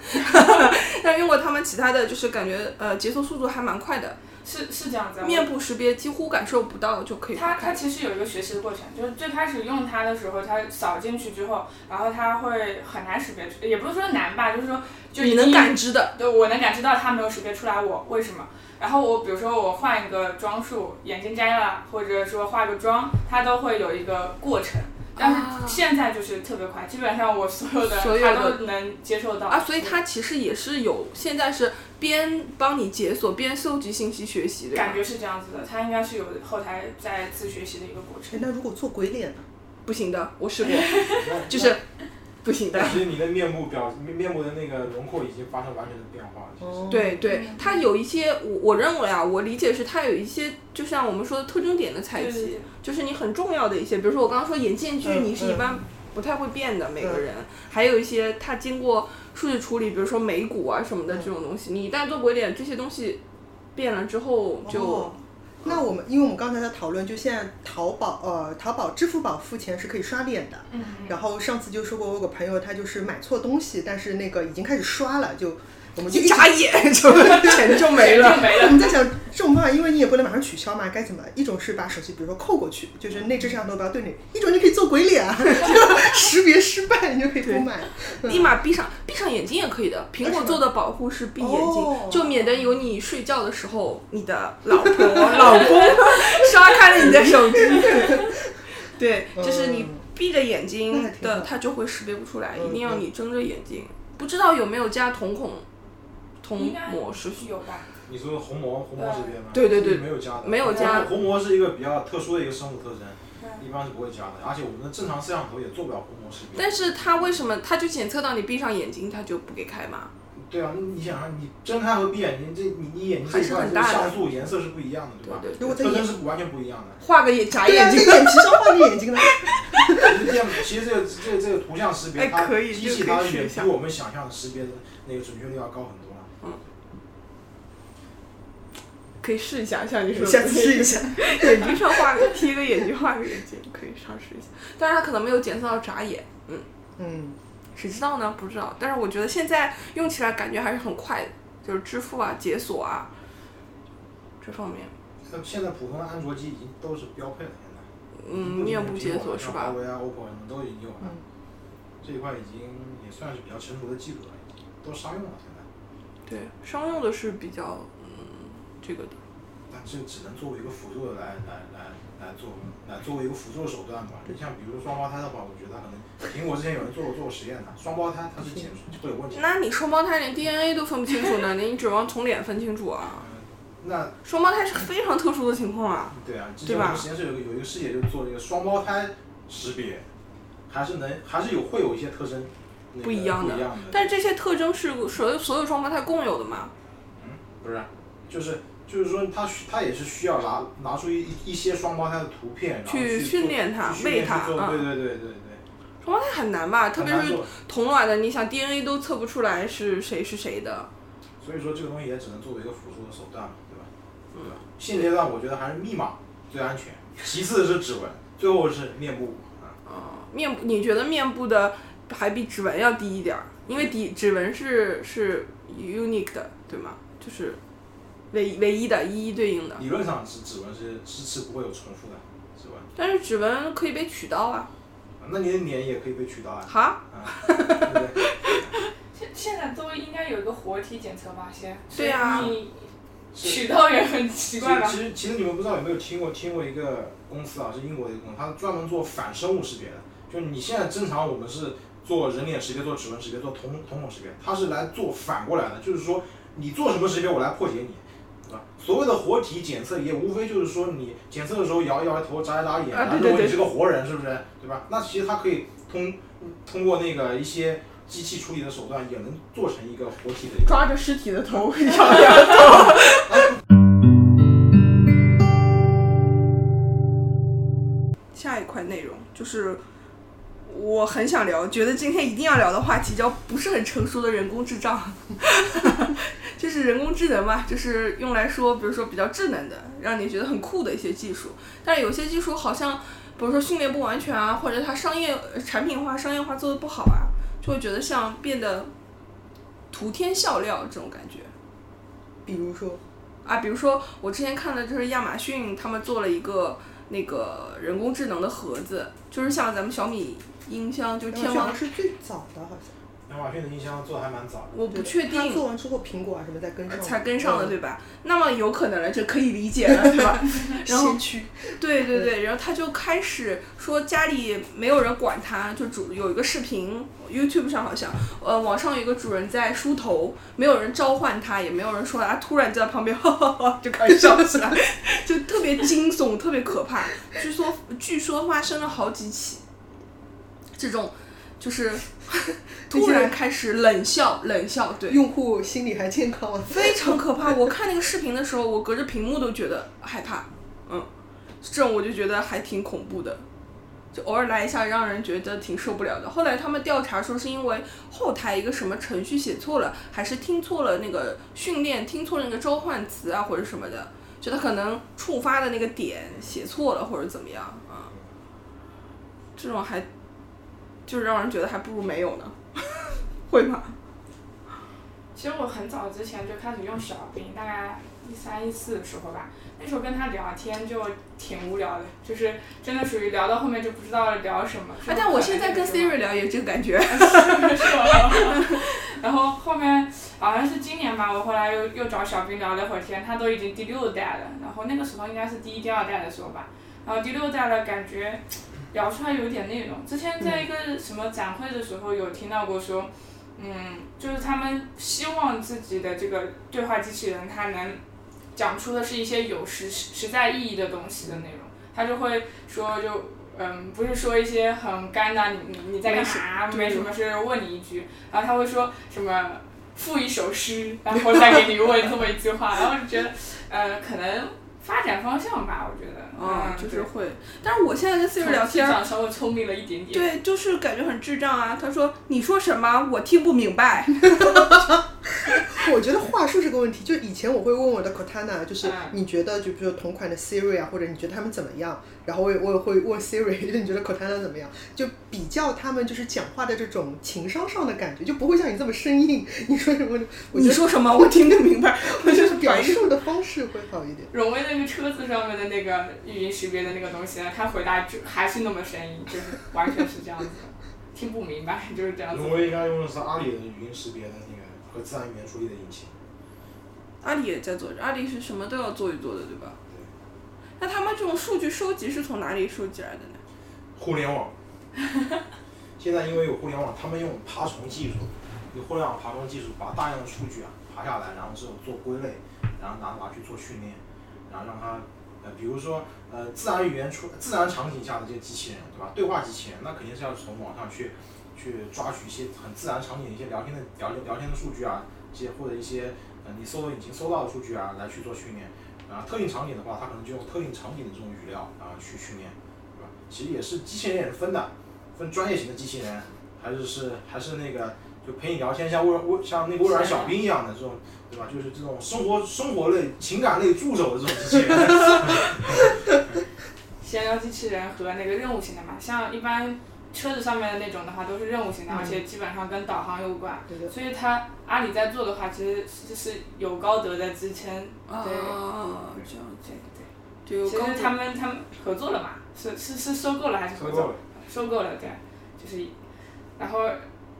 [SPEAKER 3] 但用过他们其他的，就是感觉呃解锁速度还蛮快的，
[SPEAKER 4] 是是这样子啊。
[SPEAKER 3] 面部识别几乎感受不到就可以
[SPEAKER 4] 它
[SPEAKER 3] 打
[SPEAKER 4] 它
[SPEAKER 3] 开。
[SPEAKER 4] 其实有一个学习的过程，就是最开始用它的时候，它扫进去之后，然后它会很难识别出，也不是说难吧，就是说就
[SPEAKER 3] 你
[SPEAKER 4] 已
[SPEAKER 3] 能
[SPEAKER 4] 经
[SPEAKER 3] 感知的，
[SPEAKER 4] 对，我能感知到他没有识别出来我为什么。然后我比如说我换一个装束，眼镜摘了，或者说化个妆，它都会有一个过程。但
[SPEAKER 3] 啊
[SPEAKER 4] 是现在就是特别快，基本上我所有的
[SPEAKER 3] 所有的
[SPEAKER 4] 它都能接受到
[SPEAKER 3] 啊，所以它其实也是有，现在是边帮你解锁边搜集信息学习，对吧
[SPEAKER 4] 感觉是这样子的，它应该是有后台在自学习的一个过
[SPEAKER 2] 哎
[SPEAKER 4] 程。
[SPEAKER 2] 那如果做鬼脸呢？
[SPEAKER 3] 不行的，我试过，
[SPEAKER 6] 那
[SPEAKER 3] 就是不行的
[SPEAKER 6] 那。其实你的面部表面面部的那个轮廓已经发生完全的变化了。其实
[SPEAKER 2] 哦，
[SPEAKER 3] 对对，
[SPEAKER 4] 嗯
[SPEAKER 3] 它有一些，我我认为啊，我理解是它有一些，就像我们说的特征点的采
[SPEAKER 4] 对对
[SPEAKER 3] 集
[SPEAKER 4] 对，
[SPEAKER 3] 就是你很重要的一些，比如说我刚刚说眼间距，
[SPEAKER 2] 嗯
[SPEAKER 3] 你是一般不太会变的每个
[SPEAKER 2] 嗯
[SPEAKER 3] 人，还有一些它经过数据处理，比如说眉骨啊什么
[SPEAKER 2] 嗯
[SPEAKER 3] 的这种东西，你一旦做鬼脸，这些东西变了之后就
[SPEAKER 2] 哦那我们，因为我们刚才在讨论，就现在淘宝，呃，淘宝、支付宝付钱是可以刷脸的。
[SPEAKER 4] 嗯，
[SPEAKER 2] 然后上次就说过，我有个朋友他就是买错东西，但是那个已经开始刷了，就我们就
[SPEAKER 3] 一
[SPEAKER 2] 一直
[SPEAKER 3] 眨眼 啊就钱就没 了。
[SPEAKER 4] 嗯 就没
[SPEAKER 2] 我
[SPEAKER 4] 了。
[SPEAKER 2] 们在想这种办法，因为你也不能马上取消嘛，该怎么？一种是把手机，比如说扣过去，就是内置摄像头不要对你；一种你可以做鬼脸啊，就识别失败，你就可以不买。
[SPEAKER 3] 立马闭上，闭上眼睛也可以的。苹果做的保护是闭眼睛，
[SPEAKER 2] 哦
[SPEAKER 3] 就免得有你睡觉的时候，你的老婆、 老公
[SPEAKER 2] 嗯
[SPEAKER 3] 刷开了你的手机。对，就是你
[SPEAKER 2] 啊
[SPEAKER 3] 闭着眼
[SPEAKER 2] 嗯那
[SPEAKER 3] 睛
[SPEAKER 2] 还挺好
[SPEAKER 3] 的，它就会识别不出来，
[SPEAKER 2] 嗯
[SPEAKER 3] 一定要你睁着眼睛。不知道有没有加瞳孔、瞳
[SPEAKER 4] 应该
[SPEAKER 3] 膜识
[SPEAKER 4] 有吧？
[SPEAKER 6] 你说虹膜虹膜识别吗？
[SPEAKER 3] 对对对
[SPEAKER 6] 是没有加的，
[SPEAKER 3] 没有加
[SPEAKER 6] 虹膜是一个比较特殊的一个生物特征，
[SPEAKER 4] 嗯
[SPEAKER 6] 一般是不会加的。而且我们的正常摄像头也做不了虹膜识别。
[SPEAKER 3] 但是它为什么它就检测到你闭上眼睛，它就不给开嘛？
[SPEAKER 6] 对啊，你想想，你睁开和闭眼睛，这你你眼睛这一
[SPEAKER 3] 还
[SPEAKER 6] 块
[SPEAKER 3] 是很
[SPEAKER 6] 这
[SPEAKER 3] 大
[SPEAKER 6] 个
[SPEAKER 3] 的
[SPEAKER 6] 像素颜色是不一样的，对吧？
[SPEAKER 3] 对对
[SPEAKER 2] 如果在
[SPEAKER 6] 特
[SPEAKER 2] 眼，
[SPEAKER 6] 征是完全不一样的。
[SPEAKER 3] 画个眼眨
[SPEAKER 2] 对啊，
[SPEAKER 3] 眼
[SPEAKER 2] 在
[SPEAKER 3] 睛，
[SPEAKER 2] 眼皮上画你眼 睛呢，
[SPEAKER 6] 其实这样，其实这个这个这个图像识别，
[SPEAKER 3] 哎
[SPEAKER 6] 它
[SPEAKER 3] 可以
[SPEAKER 6] 机
[SPEAKER 3] 这个可
[SPEAKER 6] 器
[SPEAKER 3] 以
[SPEAKER 6] 它
[SPEAKER 3] 试一
[SPEAKER 6] 远比
[SPEAKER 3] 下
[SPEAKER 6] 我们想象的识别的那个准确率要高很多了。
[SPEAKER 3] 可以试一下，像你说的
[SPEAKER 2] 下次试一下。
[SPEAKER 3] 眼睛上画个贴个眼睛，画个眼睛，可以尝试一下。但是他可能没有检测到眨眼，嗯，
[SPEAKER 2] 嗯，
[SPEAKER 3] 谁知道呢？不知道。但是我觉得现在用起来感觉还是很快的，就是支付啊、解锁啊这方面，
[SPEAKER 6] 那么现在普通的安卓机已经都是标配了，现在。
[SPEAKER 3] 嗯，面部解锁是
[SPEAKER 6] 华
[SPEAKER 3] 吧？
[SPEAKER 6] 为啊、OPPO 什么都已经有了，
[SPEAKER 2] 嗯
[SPEAKER 6] 这一块已经也算是比较成熟的技术了，已经都商用了现在。
[SPEAKER 3] 对，商用的是比较嗯这个的，
[SPEAKER 6] 但这只能作为一个辅助的来来来来做，来作为一个辅助手段吧。你像比如说双胞胎的话，我觉得可能苹果之前有人做过做过实验的，双胞胎它是检会有问题的。
[SPEAKER 3] 那你双胞胎连 DNA 都分不清楚呢，你指望从脸分清楚啊？
[SPEAKER 6] 那
[SPEAKER 3] 双胞胎是个非常特殊的情况啊。
[SPEAKER 6] 对啊，之
[SPEAKER 3] 对
[SPEAKER 6] 前
[SPEAKER 3] 吧
[SPEAKER 6] 我们实验室有一个有一个师姐就做这个双胞胎识别，还是能还是有会有一些特征、那个
[SPEAKER 3] 不一样的
[SPEAKER 6] 不一样的。
[SPEAKER 3] 但是这些特征是所有所有双胞胎共有的嘛？
[SPEAKER 6] 不是，啊就是就是说他需他也是需要拿拿出一一些双胞胎的图片，然后
[SPEAKER 3] 去
[SPEAKER 6] 做
[SPEAKER 3] 训练它
[SPEAKER 6] 去训练
[SPEAKER 3] 喂它
[SPEAKER 6] 去做
[SPEAKER 3] 嗯
[SPEAKER 6] 对对对对对，
[SPEAKER 3] 双胞胎很难吧？特
[SPEAKER 6] 很
[SPEAKER 3] 别
[SPEAKER 6] 难
[SPEAKER 3] 是
[SPEAKER 6] 做
[SPEAKER 3] 同卵的，你想 DNA 都测不出来是谁是谁的。
[SPEAKER 6] 所以说这个东西也只能作为一个辅助的手段嘛，对吧？对
[SPEAKER 3] 嗯
[SPEAKER 6] 吧？现阶段我觉得还是密码最安全，其次是指纹，最后是面部。啊
[SPEAKER 3] 嗯，面部你觉得面部的还比指纹要低一点儿，因为底指纹是是 unique 的，对吗？就是唯唯一的，一一对应的。
[SPEAKER 6] 理论上是指纹是是是不会有重复的指纹，
[SPEAKER 3] 但是指纹可以被取到啊，
[SPEAKER 6] 那你的脸也可以被取到啊，
[SPEAKER 3] 哈？
[SPEAKER 6] 啊，对不对？
[SPEAKER 4] 现现在都应该有一个活体检测吧？先
[SPEAKER 3] 对啊
[SPEAKER 4] 你
[SPEAKER 6] 是
[SPEAKER 4] 取到也很奇怪吧
[SPEAKER 6] 其？实其实你们不知道有没有听过听过一个公司啊，是英国的一个公司，它专门做反生物识别的。就你现在正常我们是做人脸识别、做指纹识别、做瞳瞳孔识别，它是来做反过来的，就是说你做什么识别，我来破解你，对吧？所谓的活体检测也无非就是说你检测的时候摇一摇头、眨一眨眼，
[SPEAKER 3] 啊对
[SPEAKER 6] 然后
[SPEAKER 3] 对
[SPEAKER 6] 认为
[SPEAKER 3] 对
[SPEAKER 6] 你是个活人，是不是？对吧？那其实它可以通通过那个一些机器处理的手段，也能做成一个活体的一个
[SPEAKER 3] 抓着尸体的头 摇摇头。下一块内容就是我很想聊，觉得今天一定要聊的话题叫不是很成熟的人工智障， 就是人工智能嘛，就是用来说，比如说比较智能的，让你觉得很酷的一些技术，但是有些技术好像。比如说训练不完全啊，或者它商业呃产品化、商业化做的不好啊，就会觉得像变得图添笑料这种感觉
[SPEAKER 2] 比如说，
[SPEAKER 3] 啊。比如说我之前看的就是亚马逊他们做了一个那个人工智能的盒子，就是像咱们小米音箱，就是天
[SPEAKER 2] 好
[SPEAKER 3] 王
[SPEAKER 2] 像，是最早的，好像。
[SPEAKER 6] 亚马逊的音箱做的还蛮早的。
[SPEAKER 3] 我不确
[SPEAKER 2] 他
[SPEAKER 3] 定
[SPEAKER 2] 做完之后，苹果啊什么再跟上，
[SPEAKER 3] 才跟上的
[SPEAKER 2] 嗯
[SPEAKER 3] 对吧？那么有可能了，这可以理解了， 对吧？然后
[SPEAKER 2] 先驱，
[SPEAKER 3] 对对对，然后他就开始说家里没有人管他，就主有一个视频，YouTube 上好像，呃，网上有一个主人在梳头，没有人召唤他，也没有人说他，突然就在旁边哈 哈哈就开始笑起来， 就特别惊悚，特别可怕。据说据说发生了好几起，这种就是 突然开始冷笑冷笑，对，
[SPEAKER 2] 用户心理还健康啊。
[SPEAKER 3] 非常可怕。我看那个视频的时候，我隔着屏幕都觉得害怕。嗯，这种我就觉得还挺恐怖的，就偶尔来一下，让人觉得挺受不了的。后来他们调查说，是因为后台一个什么程序写错了，还是听错了那个训练，听错了那个召唤词啊，或者什么的，就他可能触发的那个点写错了，或者怎么样啊。这种还就是让人觉得还不如没有呢， 会吗？
[SPEAKER 4] 其实我很早之前就开始用小冰，大概一三一四的时候吧。那时候跟他聊天就挺无聊的，就是真的属于聊到后面就不知道聊什么。
[SPEAKER 3] 啊，但我现在跟 Siri 聊也有这个感觉。
[SPEAKER 4] 是吧然后后面好像是今年吧，我后来又又找小兵聊了会儿天，他都已经第六代了，然后那个时候应该是第一、第二代的时候吧，然后第六代了，感觉聊出来有点内容。之前在一个什么展会的时候有听到过说，嗯，就是他们希望自己的这个对话机器人它能讲出的是一些有实实在意义的东西的内容，他就会说就。嗯，不是说一些很干的，你你你在干嘛？
[SPEAKER 3] 没
[SPEAKER 4] 没
[SPEAKER 3] 什
[SPEAKER 4] 什
[SPEAKER 3] 么
[SPEAKER 4] 么事，问你一句，然后他会说什么赋一首诗，然后再给你问这么一句话，然后就觉得，呃，可能发展方向吧，我觉得，
[SPEAKER 3] 啊，
[SPEAKER 4] 嗯，
[SPEAKER 3] 就是会。但是我现在跟 Siri 聊天儿，
[SPEAKER 4] 上稍微聪明了一点点，
[SPEAKER 3] 对，就是感觉很智障啊。他说你说什么，我听不明 白。
[SPEAKER 2] 我觉得话术是个问题，就以前我会问我的 Cortana，就是
[SPEAKER 4] 嗯
[SPEAKER 2] 你觉得就比如说同款的 Siri 啊，或者你觉得他们怎么样？然后我也我也会问 Siri，就是你觉得 Cortana 怎么样？就比较他们就是讲话的这种情商上的感觉，就不会像你这么生硬。你说什么？我觉
[SPEAKER 3] 你
[SPEAKER 2] 得
[SPEAKER 3] 说什么，我听不明白。我
[SPEAKER 2] 就
[SPEAKER 3] 就是是
[SPEAKER 2] 表
[SPEAKER 3] 表示
[SPEAKER 2] 述的方式会好一点。
[SPEAKER 4] 荣威那个车子上面的那个语音识别的那个东西呢，他回答就还是那么声音，就是完全是这样子的，听不明白， 就是这样子
[SPEAKER 6] 荣。威应该用的是阿里的语音识别的那个和自然语言处理的引擎，
[SPEAKER 3] 阿里也在做，阿里是什么都要做一做的，对吧？
[SPEAKER 6] 对，
[SPEAKER 3] 那他们这种数据收集是从哪里收集来的呢？
[SPEAKER 6] 互联网。现在因为有互联网，他们用爬虫技术，有互联网爬虫技术，把大量的数据啊爬下来，然后之后做归类，然后拿拿去做训练，然后让它，呃，比如说，呃，自然语言出自然场景下的这些机器人，对吧？对话机器人，那肯定是要从网上去去抓取一些很自然场景的一些聊天的聊聊天的数据啊，这些或者一些呃你搜索引擎搜到的数据啊来去做训练。啊，特定场景的话，它可能就用特定场景的这种语料啊去训练，对吧？其实也是机器人也是分的，分专业型的机器人，还是是还是那个就陪你聊天，像微微像那个微软小冰一样的这种，对吧？就是这种生活生活类、情感类助手的这种机器人。
[SPEAKER 4] 闲聊机器人和那个任务型的嘛，像一般车子上面的那种的话都是任务型的，
[SPEAKER 2] 嗯
[SPEAKER 4] 而且基本上跟导航有关。
[SPEAKER 2] 对的，
[SPEAKER 4] 所以它阿里在做的话，其实是是有高德在支撑。
[SPEAKER 3] 啊
[SPEAKER 4] 对，
[SPEAKER 3] 这样子
[SPEAKER 4] 对
[SPEAKER 3] 就
[SPEAKER 4] 对
[SPEAKER 3] 有
[SPEAKER 4] 其
[SPEAKER 3] 高
[SPEAKER 4] 实他
[SPEAKER 3] 度。
[SPEAKER 4] 们他们合作了嘛，是是是收购了还是合
[SPEAKER 6] 收
[SPEAKER 4] 作
[SPEAKER 6] 购了？
[SPEAKER 4] 收购了，对，就是，然后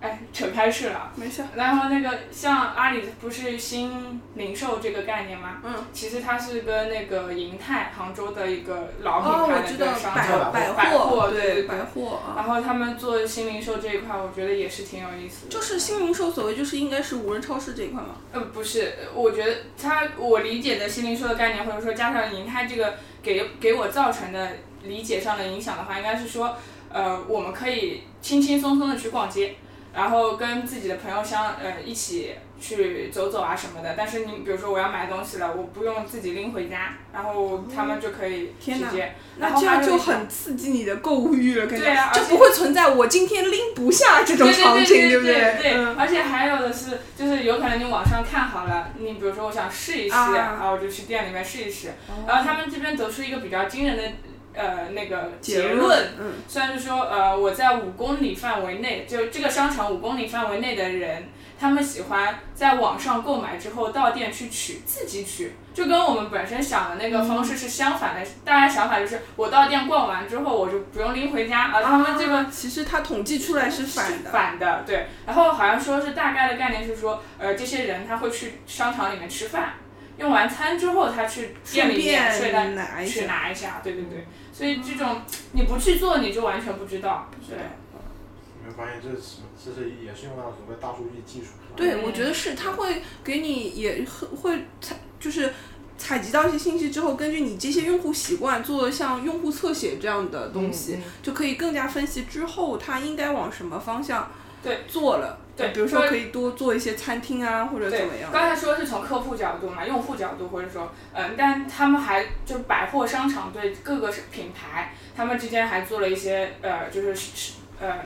[SPEAKER 4] 哎扯开事了。
[SPEAKER 3] 没事，
[SPEAKER 4] 然后那个像阿里不是新零售这个概念吗？
[SPEAKER 3] 嗯，
[SPEAKER 4] 其实它是跟那个银泰杭州的一个老
[SPEAKER 3] 哦，
[SPEAKER 4] 品牌
[SPEAKER 3] 我
[SPEAKER 4] 的一
[SPEAKER 3] 知
[SPEAKER 4] 个
[SPEAKER 3] 道
[SPEAKER 4] 商
[SPEAKER 3] 百
[SPEAKER 4] 场，
[SPEAKER 6] 百
[SPEAKER 4] 百
[SPEAKER 3] 货，
[SPEAKER 4] 货
[SPEAKER 3] 对
[SPEAKER 4] 对
[SPEAKER 3] 百货啊，
[SPEAKER 4] 然后他们做新零售这一块，我觉得也是挺有意思的。
[SPEAKER 3] 就是新零售，所谓就是应该是无人超市这一块嘛。
[SPEAKER 4] 呃，不是，我觉得它我理解的新零售的概念，或者说加上银泰这个给给我造成的理解上的影响的话，应该是说，呃，我们可以轻轻松松的去逛街，然后跟自己的朋友相呃一起去走走啊什么的。但是你比如说我要买东西了，我不用自己拎回家，然后他们就可以直
[SPEAKER 3] 天哪
[SPEAKER 4] 接。然
[SPEAKER 3] 那
[SPEAKER 4] 后
[SPEAKER 3] 这样
[SPEAKER 4] 还有
[SPEAKER 3] 就
[SPEAKER 4] 一种
[SPEAKER 3] 很刺激你的购物欲了，感觉、
[SPEAKER 4] 对啊而
[SPEAKER 3] 就
[SPEAKER 4] 且
[SPEAKER 3] 不会存在我今天拎不下这
[SPEAKER 4] 对对对对
[SPEAKER 3] 种场景，
[SPEAKER 4] 对
[SPEAKER 3] 不
[SPEAKER 4] 对
[SPEAKER 3] 嗯
[SPEAKER 4] 而且还有的是，就是有可能你网上看好了，你比如说我想试一试，
[SPEAKER 3] 啊哦
[SPEAKER 4] 然后我就去店里面试一试。然后他们这边得出一个比较惊人的呃那个结
[SPEAKER 3] 结
[SPEAKER 4] 论，
[SPEAKER 3] 论，嗯，
[SPEAKER 4] 虽然是说呃我在五公里范围内，就这个商场五公里范围内的人，他们喜欢在网上购买之后到店去取，自己取。就跟我们本身想的那个方
[SPEAKER 3] 嗯
[SPEAKER 4] 式是相反的，大家想法就是我到店逛完之后我就不用拎回家，而他们这个
[SPEAKER 3] 其实它统计出来是反的，
[SPEAKER 4] 反的，对。然后好像说是大概的概念是说，呃，这些人他会去商场里面吃饭，用完餐之后他去店
[SPEAKER 3] 顺
[SPEAKER 4] 里面睡袋
[SPEAKER 3] 便拿一
[SPEAKER 4] 去
[SPEAKER 3] 下。
[SPEAKER 4] 拿一下，对对对。所以这种你不去做，你就完全不知道。对，
[SPEAKER 6] 你们发现这是什么？这是也是用到了所谓大数据技术。是吧
[SPEAKER 3] 对，
[SPEAKER 4] 嗯
[SPEAKER 3] 我觉得是，它会给你也会会采就是采集到一些信息之后，根据你这些用户习惯做像用户侧写这样的东西，
[SPEAKER 2] 嗯
[SPEAKER 3] 就可以更加分析之后它应该往什么方向
[SPEAKER 4] 对
[SPEAKER 3] 做了。
[SPEAKER 4] 对
[SPEAKER 3] 比如说
[SPEAKER 4] 所以
[SPEAKER 3] 可以多做一些餐厅啊，或者怎
[SPEAKER 4] 对
[SPEAKER 3] 么，样。
[SPEAKER 4] 刚才说的是从客户角度嘛，用户角度，或者说，嗯、但他们还就百货商场对各个品牌，他们之间还做了一些呃，就是是呃，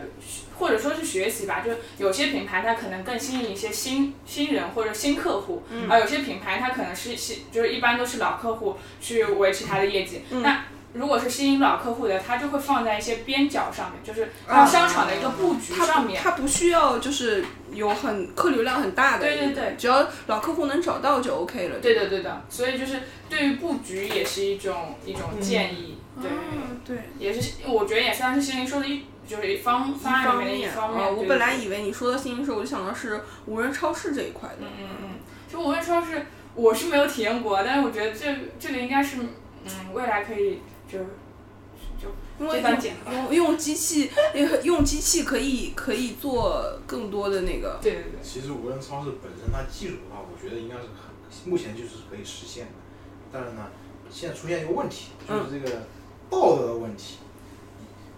[SPEAKER 4] 或者说是学习吧，就是有些品牌它可能更吸引一些新新人或者新客户，
[SPEAKER 3] 嗯
[SPEAKER 4] 而有些品牌它可能是新，就是一般都是老客户去维持它的业绩，
[SPEAKER 3] 嗯
[SPEAKER 4] 那。如果是吸引老客户的，它就会放在一些边角上面，就是
[SPEAKER 3] 啊
[SPEAKER 4] 它商场的一个布局
[SPEAKER 3] 它
[SPEAKER 4] 上
[SPEAKER 3] 不
[SPEAKER 4] 面。
[SPEAKER 3] 它不需要就是有很客流量很大的，
[SPEAKER 4] 对对对，
[SPEAKER 3] 只要老客户能找到就 OK 了。
[SPEAKER 4] 对的，对的，所以就是对于布局也是一种一种建议，哦对，
[SPEAKER 3] 嗯对，
[SPEAKER 4] 也是我觉得也算是新零售的一就是一方
[SPEAKER 3] 一
[SPEAKER 4] 方案
[SPEAKER 3] 方
[SPEAKER 4] 里面的一
[SPEAKER 3] 面
[SPEAKER 4] 方
[SPEAKER 3] 啊
[SPEAKER 4] 面。
[SPEAKER 3] 我
[SPEAKER 4] 对
[SPEAKER 3] 本来
[SPEAKER 4] 对
[SPEAKER 3] 以为你说的新零售，我就想到是无人超市这一块的。
[SPEAKER 4] 嗯嗯嗯，就无论说是我是没有体验过，但是我觉得这这个应该是嗯未来可以就就
[SPEAKER 3] 因
[SPEAKER 4] 这
[SPEAKER 3] 为
[SPEAKER 4] 番简单。
[SPEAKER 3] 用用机器，呃用机器可以可以做更多的那个，
[SPEAKER 4] 对对对，
[SPEAKER 6] 其实无人超市本身它技术的话，我觉得应该是很目前就是可以实现的。但是呢，现在出现一个问题，就是
[SPEAKER 3] 嗯
[SPEAKER 6] 这个道德的问题。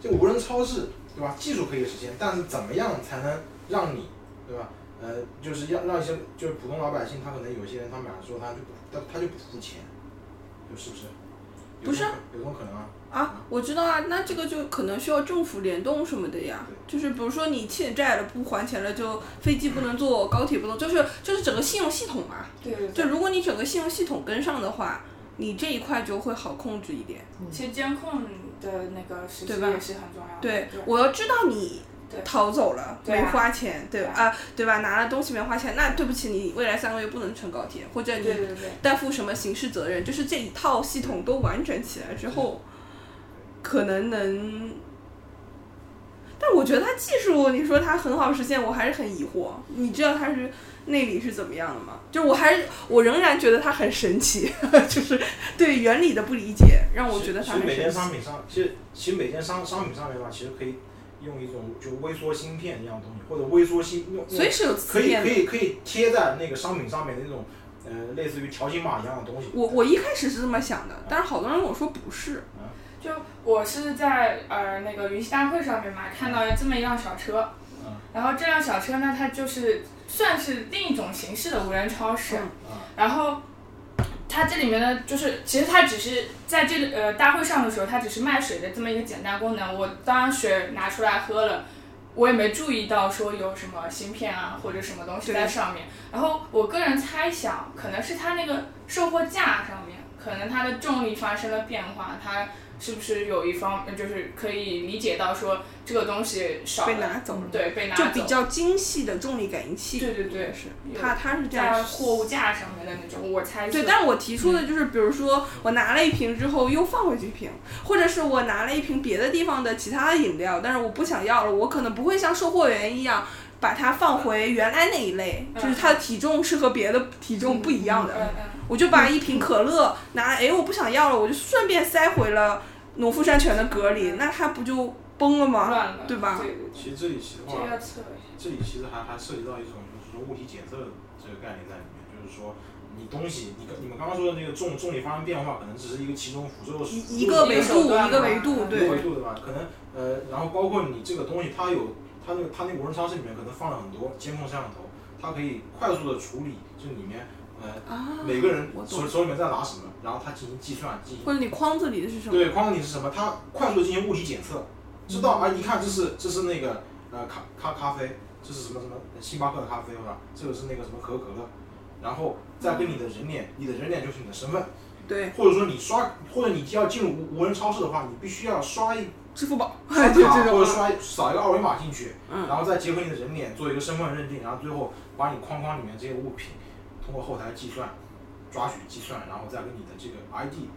[SPEAKER 6] 这个无人超市，对吧？技术可以实现，但是怎么样才能让你，对吧？呃，就是要让一些就是普通老百姓，他可能有些人他买了之后他就不他他就不付钱，就是不是？有
[SPEAKER 3] 不是
[SPEAKER 6] 这
[SPEAKER 3] 啊
[SPEAKER 6] 种可有这种可能啊？
[SPEAKER 3] 啊，我知道啊，那这个就可能需要政府联动什么的呀，就是比如说你欠债了不还钱了，就飞机不能坐，高铁不能，就是就是整个信用系统嘛。
[SPEAKER 4] 对对
[SPEAKER 3] 就如果你整个信用系统跟上的话，你这一块就会好控制一点。
[SPEAKER 4] 其实监控的那个实施
[SPEAKER 3] 对吧
[SPEAKER 4] 也是很重要的。
[SPEAKER 3] 对
[SPEAKER 4] 对，，
[SPEAKER 3] 我要知道你
[SPEAKER 4] 对
[SPEAKER 3] 逃走了，
[SPEAKER 4] 对
[SPEAKER 3] 没
[SPEAKER 4] 啊
[SPEAKER 3] 花钱，对吧？
[SPEAKER 4] 对
[SPEAKER 3] 啊，对吧？拿了东西没花钱，那对不起，你未来三个月不能乘高铁，或者
[SPEAKER 4] 对
[SPEAKER 3] 你
[SPEAKER 4] 对对对。
[SPEAKER 3] 担负什么刑事责任，就是这一套系统都完整起来之后，可能能。但我觉得它技术，你说它很好实现，我还是很疑惑。你知道它是内里是怎么样的吗？就是我还是我仍然觉得它很神奇， 就是对原理的不理解让我觉得它
[SPEAKER 6] 其实
[SPEAKER 3] 很
[SPEAKER 6] 每
[SPEAKER 3] 神
[SPEAKER 6] 件
[SPEAKER 3] 奇。
[SPEAKER 6] 商品上，其实其实每件商商品上面的话，其实可以用一种就微缩芯片一样的东西，或者微缩芯用用
[SPEAKER 3] 所以是有
[SPEAKER 6] 可
[SPEAKER 3] 磁
[SPEAKER 6] 以
[SPEAKER 3] 变
[SPEAKER 6] 可
[SPEAKER 3] 的。
[SPEAKER 6] 以可以贴在那个商品上面的那种呃类似于条形码一样的东西。
[SPEAKER 3] 我我一开始是这么想的，但是好多人跟我说不是，
[SPEAKER 4] 就我是在呃那个云栖大会上面嘛，看到这么一辆小车，
[SPEAKER 6] 嗯
[SPEAKER 4] 然后这辆小车呢，它就是算是另一种形式的无人超市，
[SPEAKER 3] 嗯
[SPEAKER 6] 嗯
[SPEAKER 4] 然后它它这里面呢，就是其实它只是在这个呃大会上的时候，它只是卖水的这么一个简单功能。我当水拿出来喝了，我也没注意到说有什么芯片啊或者什么东西在上面。然后我个人猜想，可能是它那个售货架上面，可能它的重力发生了变化，它是不是有一方呃就是可以理解到说这个东西少
[SPEAKER 3] 被
[SPEAKER 4] 了
[SPEAKER 3] 拿走了
[SPEAKER 4] 对，被拿走
[SPEAKER 3] 就比较精细的重力感应器。
[SPEAKER 4] 对对对
[SPEAKER 3] 是
[SPEAKER 4] 有
[SPEAKER 3] 它它是这样
[SPEAKER 4] 在货物架上面的那种，我猜测。
[SPEAKER 3] 对，但我提出
[SPEAKER 4] 嗯
[SPEAKER 3] 的就是，比如说我拿了一瓶之后又放回去一瓶，或者是我拿了一瓶别的地方的其他的饮料，但是我不想要了，我可能不会像售货员一样把它
[SPEAKER 4] 嗯
[SPEAKER 3] 放回原来那一类，就是它的体重是和别的体重不一样的。
[SPEAKER 4] 嗯嗯。
[SPEAKER 3] 我就把一瓶可乐拿来，哎，我不想要了，我就顺便塞回了农夫山泉的格里，那它不就崩了吗？
[SPEAKER 4] 嗯乱了，
[SPEAKER 3] 对吧？
[SPEAKER 4] 对
[SPEAKER 6] 其实这里其实
[SPEAKER 4] 这个
[SPEAKER 6] 话，
[SPEAKER 4] 要测一下。
[SPEAKER 6] 这里其实还还涉及到一种就是说物体检测这个概念在里面，就是说你东西，你你们刚刚说的那个重重力发生变化，可能只是一个其中辅助
[SPEAKER 3] 一一个维
[SPEAKER 4] 一
[SPEAKER 3] 度，
[SPEAKER 4] 个手段
[SPEAKER 3] 一个
[SPEAKER 4] 嘛
[SPEAKER 3] 维度，
[SPEAKER 4] 嗯
[SPEAKER 6] 一个
[SPEAKER 3] 对
[SPEAKER 6] 维度对吧？可能呃，然后包括你这个东西，它有它那个它那个无人超市里面可能放了很多监控摄像头，它可以快速的处理这里面呃
[SPEAKER 3] 啊，
[SPEAKER 6] 每个人
[SPEAKER 3] 我懂
[SPEAKER 6] 手手里面在拿什么，然后它进行计算进行
[SPEAKER 3] 或者你框子里的是什么？
[SPEAKER 6] 对，框里是什么？它快速地进行物理检测，知道啊，一看这是这是那个呃咖咖咖啡，这是什么什么星巴克的咖啡吧？这个是那个什么可口可乐，然后再跟你的人脸，你的人脸就是你的身份，
[SPEAKER 3] 对，
[SPEAKER 6] 或者说你刷，或者你要进入无无人超市的话，你必须要刷一
[SPEAKER 3] 支付宝，
[SPEAKER 6] 刷
[SPEAKER 3] 就
[SPEAKER 6] 卡
[SPEAKER 3] 这
[SPEAKER 6] 或者
[SPEAKER 3] 种。
[SPEAKER 6] 刷扫一个二维码进去，
[SPEAKER 3] 嗯
[SPEAKER 6] 然后再结合你的人脸做一个身份认定，然后最后把你框框里面这些物品通过后台计算、抓取计算，然后再跟你的这个 ID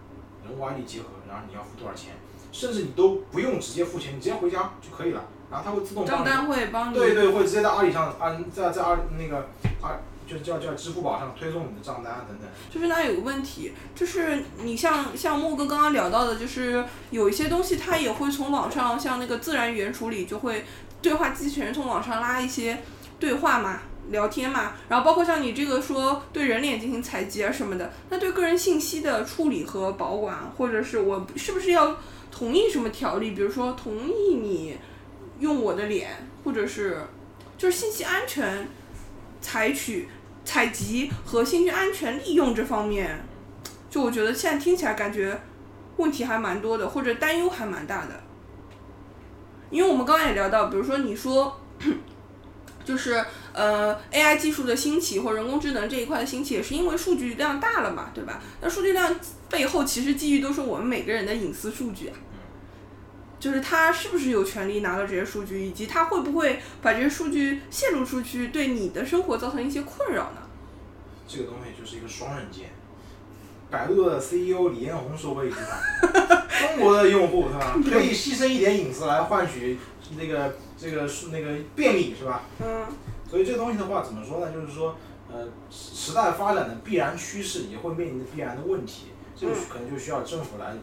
[SPEAKER 6] 人物 ID 结合，然后你要付多少钱，甚至你都不用直接付钱，你直接回家就可以了，然后它会自动
[SPEAKER 3] 账
[SPEAKER 6] 帮你
[SPEAKER 3] 单会帮你
[SPEAKER 6] 对对，会直接在阿里上按在在阿那个阿就是叫叫支付宝上推送你的账单啊等等。
[SPEAKER 3] 就是那有个问题，就是你像像莫哥刚刚聊到的，就是有一些东西它也会从网上，像那个自然语言处理就会对话机器人从网上拉一些对话嘛。聊天嘛，然后包括像你这个说对人脸进行采集啊什么的，那对个人信息的处理和保管，或者是我是不是要同意什么条例，比如说同意你用我的脸，或者是就是信息安全采取采集和信息安全利用这方面，就我觉得现在听起来感觉问题还蛮多的，或者担忧还蛮大的。因为我们刚刚也聊到，比如说你说，就是呃 AI 技术的兴起或人工智能这一块的兴起，也是因为数据量大了嘛，对吧？那数据量背后其实基于都是我们每个人的隐私数据啊。就是他是不是有权利拿到这些数据，以及他会不会把这些数据泄露出去，对你的生活造成一些困扰呢？
[SPEAKER 6] 这个东西就是一个双刃剑。百度的 CEO 李彦宏说过一句话：“中国的用户是吧，可以牺牲一点隐私来换取那个这个是那个便利是吧？
[SPEAKER 3] 嗯，
[SPEAKER 6] 所以这个东西的话，怎么说呢？就是说，呃，时时代发展的必然趋势也会面临的必然的问题，这个
[SPEAKER 3] 嗯
[SPEAKER 6] 可能就需要政府来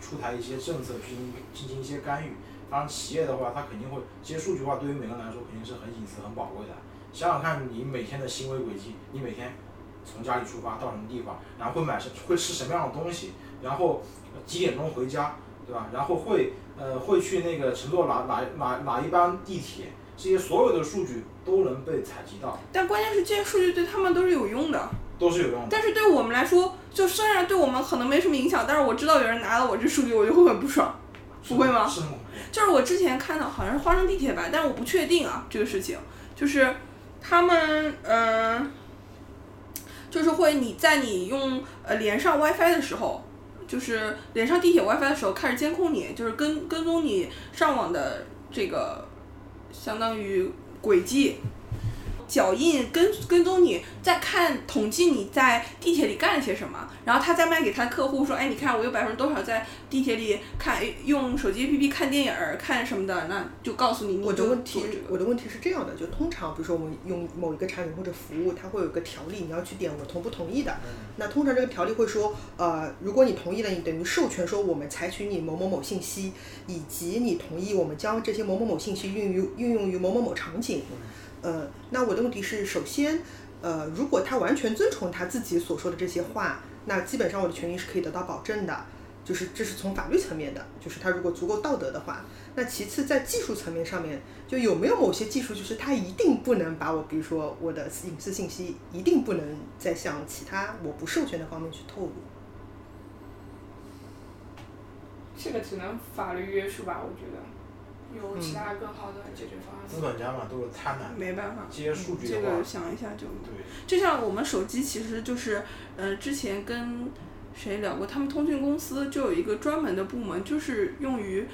[SPEAKER 6] 出台一些政策进行进行一些干预。当然，企业的话，它肯定会这些数据化，对于每个人来说肯定是很隐私、很宝贵的。想想看，你每天的行为轨迹，你每天从家里出发到什么地方，然后会买什会吃什么样的东西，然后呃几点钟回家，对吧？然后会呃会去那个乘坐哪哪哪哪一班地铁，这些所有的数据都能被采集到，
[SPEAKER 3] 但关键是这些数据对他们都是有用的，
[SPEAKER 6] 都是有用的。
[SPEAKER 3] 但是对我们来说，就虽然对我们可能没什么影响，但是我知道有人拿了我这数据，我就会很不爽。不会吗
[SPEAKER 6] 是很恐怖的
[SPEAKER 3] 就是我之前看到好像是花生地铁吧，但是我不确定啊这个事情，就是他们嗯、呃就是会你在你用呃连上 WiFi 的时候，就是连上地铁 WiFi 的时候开始监控你，就是跟跟踪你上网的这个相当于轨迹。脚印跟跟踪你，再看统计你在地铁里干了些什么，然后他再卖给他的客户说，哎，你看我有百分之多少在地铁里看，哎用手机 APP 看电影儿看什么的，那就告诉你，你
[SPEAKER 2] 我的
[SPEAKER 3] 就
[SPEAKER 2] 问
[SPEAKER 3] 做
[SPEAKER 2] 题
[SPEAKER 3] 这，个。
[SPEAKER 2] 我的问题是这样的，就通常比如说我们用某一个产品或者服务，它会有一个条例，你要去点我同不同意的。那通常这个条例会说，呃，如果你同意了，你等于授权说我们采取你某某某信息，以及你同意我们将这些某某某信息运用于运用于某某某场景。呃，那我的问题是，首先，呃，如果他完全遵从他自己所说的这些话，那基本上我的权益是可以得到保证的。就是这是从法律层面的，就是它如果足够道德的话，那其次在技术层面上面，就有没有某些技术，就是它一定不能把我，比如说我的隐私信息，一定不能再向其他我不授权的方面去透露。
[SPEAKER 4] 这个只能法律约束吧，我觉得。有其他更好的解决方案。
[SPEAKER 6] 资本家嘛，都是贪婪。
[SPEAKER 3] 没办法，
[SPEAKER 6] 这些数据
[SPEAKER 3] 这
[SPEAKER 6] 的话，
[SPEAKER 3] 个想一下就
[SPEAKER 6] 对，
[SPEAKER 3] 就像我们手机，其实就是，呃，之前跟谁聊过，他们通讯公司就有一个专门的部门，就是用于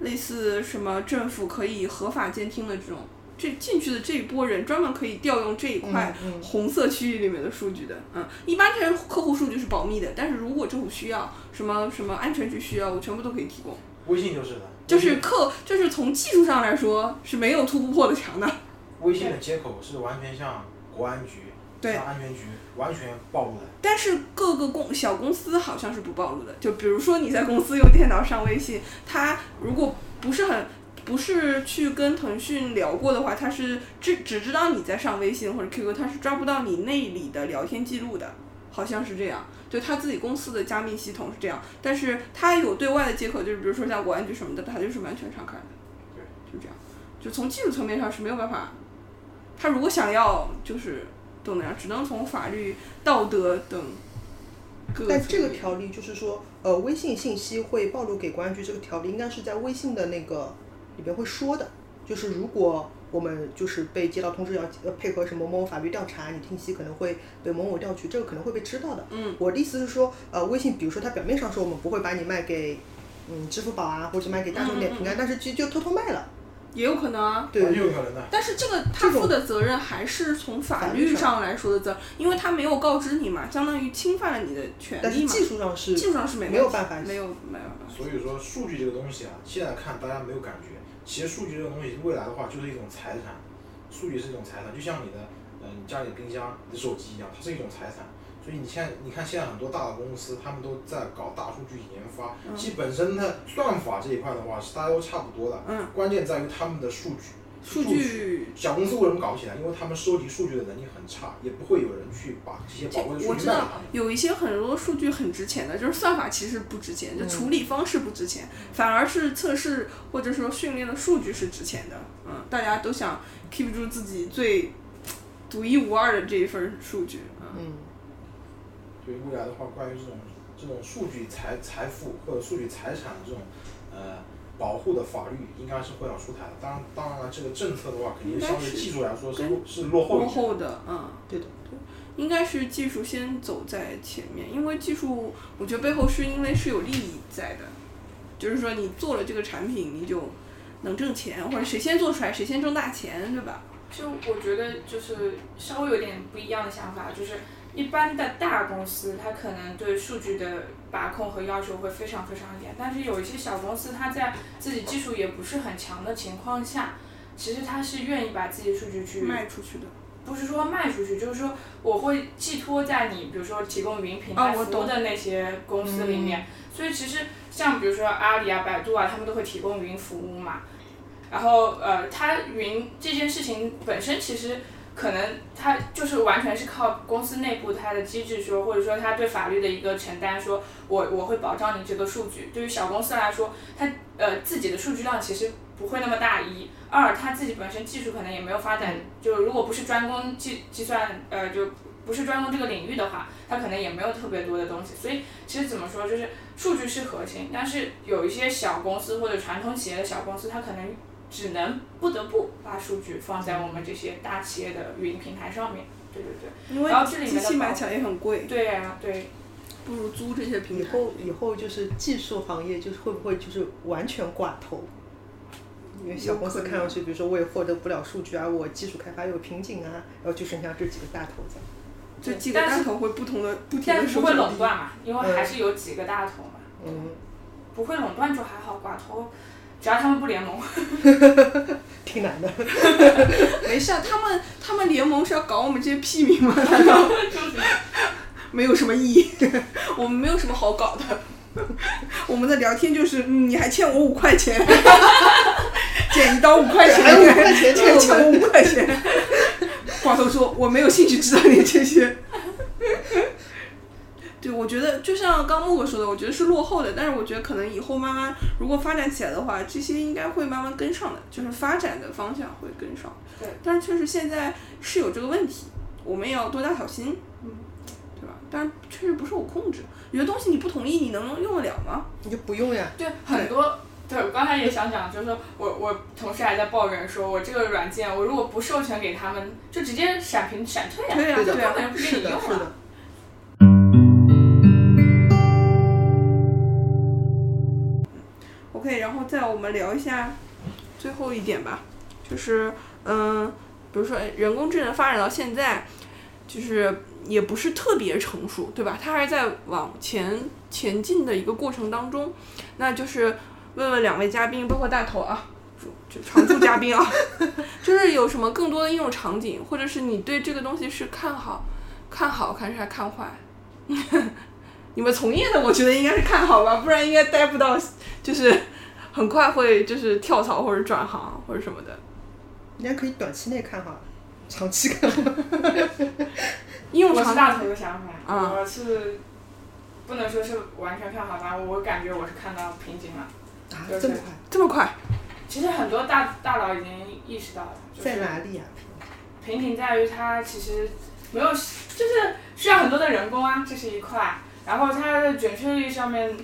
[SPEAKER 3] 类似什么政府可以合法监听的这种，这进去的这一波人专门可以调用这一块
[SPEAKER 2] 嗯嗯
[SPEAKER 3] 红色区域里面的数据的，嗯，一般这些客户数据是保密的，但是如果政府需要，什么什么安全局需要，啊我全部都可以提供。
[SPEAKER 6] 微信就是的，
[SPEAKER 3] 就是客，就是从技术上来说是没有突破的墙的。
[SPEAKER 6] 微信的接口是完全向国安局、
[SPEAKER 3] 对
[SPEAKER 6] 向安全局完全暴露的。
[SPEAKER 3] 但是各个公小公司好像是不暴露的，就比如说你在公司用电脑上微信，他如果不是很不是去跟腾讯聊过的话，他是只只知道你在上微信或者 QQ，他是抓不到你内里的聊天记录的，好像是这样。就他自己公司的加密系统是这样，但是他有对外的接口，就是比如说像国安局什么的，他就是完全敞开的。
[SPEAKER 6] 对，
[SPEAKER 3] 就这样，就从技术层面上是没有办法，他如果想要就是都那样，只能从法律、道德等各个
[SPEAKER 2] 但这
[SPEAKER 3] 层
[SPEAKER 2] 个
[SPEAKER 3] 面。
[SPEAKER 2] 条例就是说，呃，微信信息会暴露给公安局这个条例，应该是在微信的那个里边会说的，就是如果我们就是被接到通知要呃配合什么某某法律调查，你信息可能会被某某调取，这个可能会被知道的。
[SPEAKER 3] 嗯，
[SPEAKER 2] 我的意思是说，呃，微信比如说它表面上说我们不会把你卖给嗯支付宝啊，或者卖给大众点评啊，但是其实就偷偷卖了。
[SPEAKER 3] 也有可能啊。
[SPEAKER 2] 对
[SPEAKER 6] 很
[SPEAKER 2] 对
[SPEAKER 6] 有
[SPEAKER 2] 对，
[SPEAKER 6] 可能的。
[SPEAKER 3] 但是这个他
[SPEAKER 2] 这种
[SPEAKER 3] 负的责任还是从法
[SPEAKER 2] 法律
[SPEAKER 3] 律
[SPEAKER 2] 上
[SPEAKER 3] 上来说的责任，因为他没有告知你嘛，相当于侵犯了你的权
[SPEAKER 2] 但
[SPEAKER 3] 利
[SPEAKER 2] 是
[SPEAKER 3] 嘛。
[SPEAKER 2] 技术上是
[SPEAKER 3] 技术上是没
[SPEAKER 2] 没有
[SPEAKER 3] 问题
[SPEAKER 2] 办法
[SPEAKER 3] 没有没有办法。
[SPEAKER 6] 所以说，数据这个东西啊，现在看大家没有感觉，其实数据这个东西未来的话就是一种财产，数据是一种财产，就像你的，嗯、你家里的冰箱、你的手机一样，它是一种财产。所以你现在你看现在很多大的公司，他们都在搞大数据研发，
[SPEAKER 3] 嗯
[SPEAKER 6] 其实本身它算法这一块的话是大家都差不多的，
[SPEAKER 3] 嗯，
[SPEAKER 6] 关键在于他们的数据。
[SPEAKER 3] 数据，
[SPEAKER 6] 小公司为什么搞不起来？因为他们收集数据的能力很差，也不会有人去把这些
[SPEAKER 3] 这
[SPEAKER 6] 宝贵的数
[SPEAKER 3] 我
[SPEAKER 6] 据
[SPEAKER 3] 知
[SPEAKER 6] 卖给
[SPEAKER 3] 道
[SPEAKER 6] 他们。
[SPEAKER 3] 有一些很多数据很值钱的，就是算法其实不值钱，就
[SPEAKER 2] 嗯
[SPEAKER 3] 处理方式不值钱，反而是测试或者说训练的数据是值钱的。嗯，大家都想 keep 住自己最独一无二的这一份数据。嗯，
[SPEAKER 2] 嗯，
[SPEAKER 6] 对于未来的话，关于这种这种数据财财富或者数据财产的这种呃保护的法律，应该是会要出台的。当然，当然了，这个政策的话，肯定相对技术来说是
[SPEAKER 3] 应
[SPEAKER 6] 落是落后
[SPEAKER 3] 落
[SPEAKER 6] 一点。
[SPEAKER 3] 后的，嗯，
[SPEAKER 2] 对的，
[SPEAKER 3] 应该是技术先走在前面，因为技术，我觉得背后是因为是有利益在的，就是说你做了这个产品，你就能挣钱，或者谁先做出来谁先挣大钱，对吧？
[SPEAKER 4] 就我觉得就是稍微有点不一样的想法，就是一般的大公司它可能对数据的把控和要求会非常非常严，但是有一些小公司它在自己技术也不是很强的情况下，其实它是愿意把自己数据去
[SPEAKER 3] 卖出去的。
[SPEAKER 4] 不是说卖出去，就是说我会寄托在你，比如说提供云平
[SPEAKER 3] 啊
[SPEAKER 4] 台
[SPEAKER 3] 我
[SPEAKER 4] 服务
[SPEAKER 3] 懂嗯
[SPEAKER 4] 的那些公司里面。所以其实像比如说阿里啊、百度啊，他们都会提供云服务嘛。然后呃，它云这件事情本身其实可能它就是完全是靠公司内部它的机制说，或者说它对法律的一个承担说，我我会保障你这个数据。对于小公司来说，它呃自己的数据量其实不会那么大一，二它自己本身技术可能也没有发展，就如果不是专攻计计算呃就不是专攻这个领域的话，它可能也没有特别多的东西。所以其实怎么说，就是数据是核心，但是有一些小公司或者传统企业的小公司，它可能只能不得不把数据放在我们这些大企业的云平台上面。对对对。
[SPEAKER 3] 因为
[SPEAKER 4] 然后这里面
[SPEAKER 3] 机
[SPEAKER 4] 的
[SPEAKER 3] 器买
[SPEAKER 4] 保
[SPEAKER 3] 起来也很贵，
[SPEAKER 4] 对呀、对，
[SPEAKER 3] 不如租这些平
[SPEAKER 2] 以
[SPEAKER 3] 台。
[SPEAKER 2] 后以后就是技术行业，就是会不会就是完全挂头？因为小公司看上去，比如说我也获得不了数据啊，我技术开发有瓶颈啊，然后就剩下这几个大头子。
[SPEAKER 3] 就几个
[SPEAKER 4] 但
[SPEAKER 3] 大
[SPEAKER 4] 是
[SPEAKER 3] 头会不同的不停
[SPEAKER 4] 但
[SPEAKER 3] 的
[SPEAKER 4] 是
[SPEAKER 3] 收
[SPEAKER 4] 不会
[SPEAKER 3] 手
[SPEAKER 4] 垄
[SPEAKER 3] 机
[SPEAKER 4] 断嘛，因为
[SPEAKER 2] 嗯
[SPEAKER 4] 还是有几个大头嘛，
[SPEAKER 2] 嗯，
[SPEAKER 4] 不会垄断就还好，寡头只要他们不联盟，
[SPEAKER 2] 挺难的。
[SPEAKER 3] 没事啊，他们他们联盟是要搞我们这些屁民吗？难道没有什么意义？ 我们没有什么好搞的。 我们的聊天就是，嗯你还欠我五块钱， 剪一刀五块钱，
[SPEAKER 2] 还有五块 钱
[SPEAKER 3] 这个
[SPEAKER 2] 欠我
[SPEAKER 3] 欠我五块钱。 寡头说：“我没有兴趣知道你这些。”对，我觉得就像刚木哥说的，我觉得是落后的，但是我觉得可能以后慢慢如果发展起来的话，这些应该会慢慢跟上的，就是发展的方向会跟上。
[SPEAKER 4] 对，
[SPEAKER 3] 但是确实现在是有这个问题，我们也要多加小心，嗯，对吧？但是确实不受我控制，有些东西你不同意，你能用得了吗？
[SPEAKER 2] 你就不用呀。
[SPEAKER 4] 对，很多。对，我刚才也想讲，就是说我我同事还在抱怨说，我这个软件我如果不授权给他们，就直接闪屏闪退啊，
[SPEAKER 3] 对呀、
[SPEAKER 2] 对
[SPEAKER 4] 就
[SPEAKER 2] 的
[SPEAKER 4] 根本就不给
[SPEAKER 2] 是
[SPEAKER 4] 你
[SPEAKER 2] 的，
[SPEAKER 4] 用啊
[SPEAKER 2] 是
[SPEAKER 4] 了
[SPEAKER 2] 的。。
[SPEAKER 3] OK，然后再我们聊一下最后一点吧，就是嗯、比如说哎人工智能发展到现在，就是也不是特别成熟，对吧？它还是在往前前进的一个过程当中。那就是问问两位嘉宾，包括大头啊，就就常驻嘉宾啊，就是有什么更多的应用场景，或者是你对这个东西是看好、看好看是看坏？ 你们从业的，我觉得应该是看好吧，不然应该待不到，就是很快会就是跳槽或者转行或者什么的。
[SPEAKER 2] 人家可以短期内看哈，长期看好。
[SPEAKER 3] 应用
[SPEAKER 4] 我
[SPEAKER 3] 场
[SPEAKER 4] 是
[SPEAKER 3] 景
[SPEAKER 4] 大头的想法，
[SPEAKER 3] 嗯
[SPEAKER 4] 我是不能说是完全看好吧，我感觉我是看到瓶颈了。
[SPEAKER 2] 啊，
[SPEAKER 4] 对
[SPEAKER 2] 这么
[SPEAKER 4] 对
[SPEAKER 2] 快，
[SPEAKER 3] 这么快？
[SPEAKER 4] 其实很多大大佬已经意识到了，就是
[SPEAKER 2] 在哪里呀？啊
[SPEAKER 4] 瓶颈在于它其实没有，就是需要很多的人工啊，这是一块。然后它的准确率上面，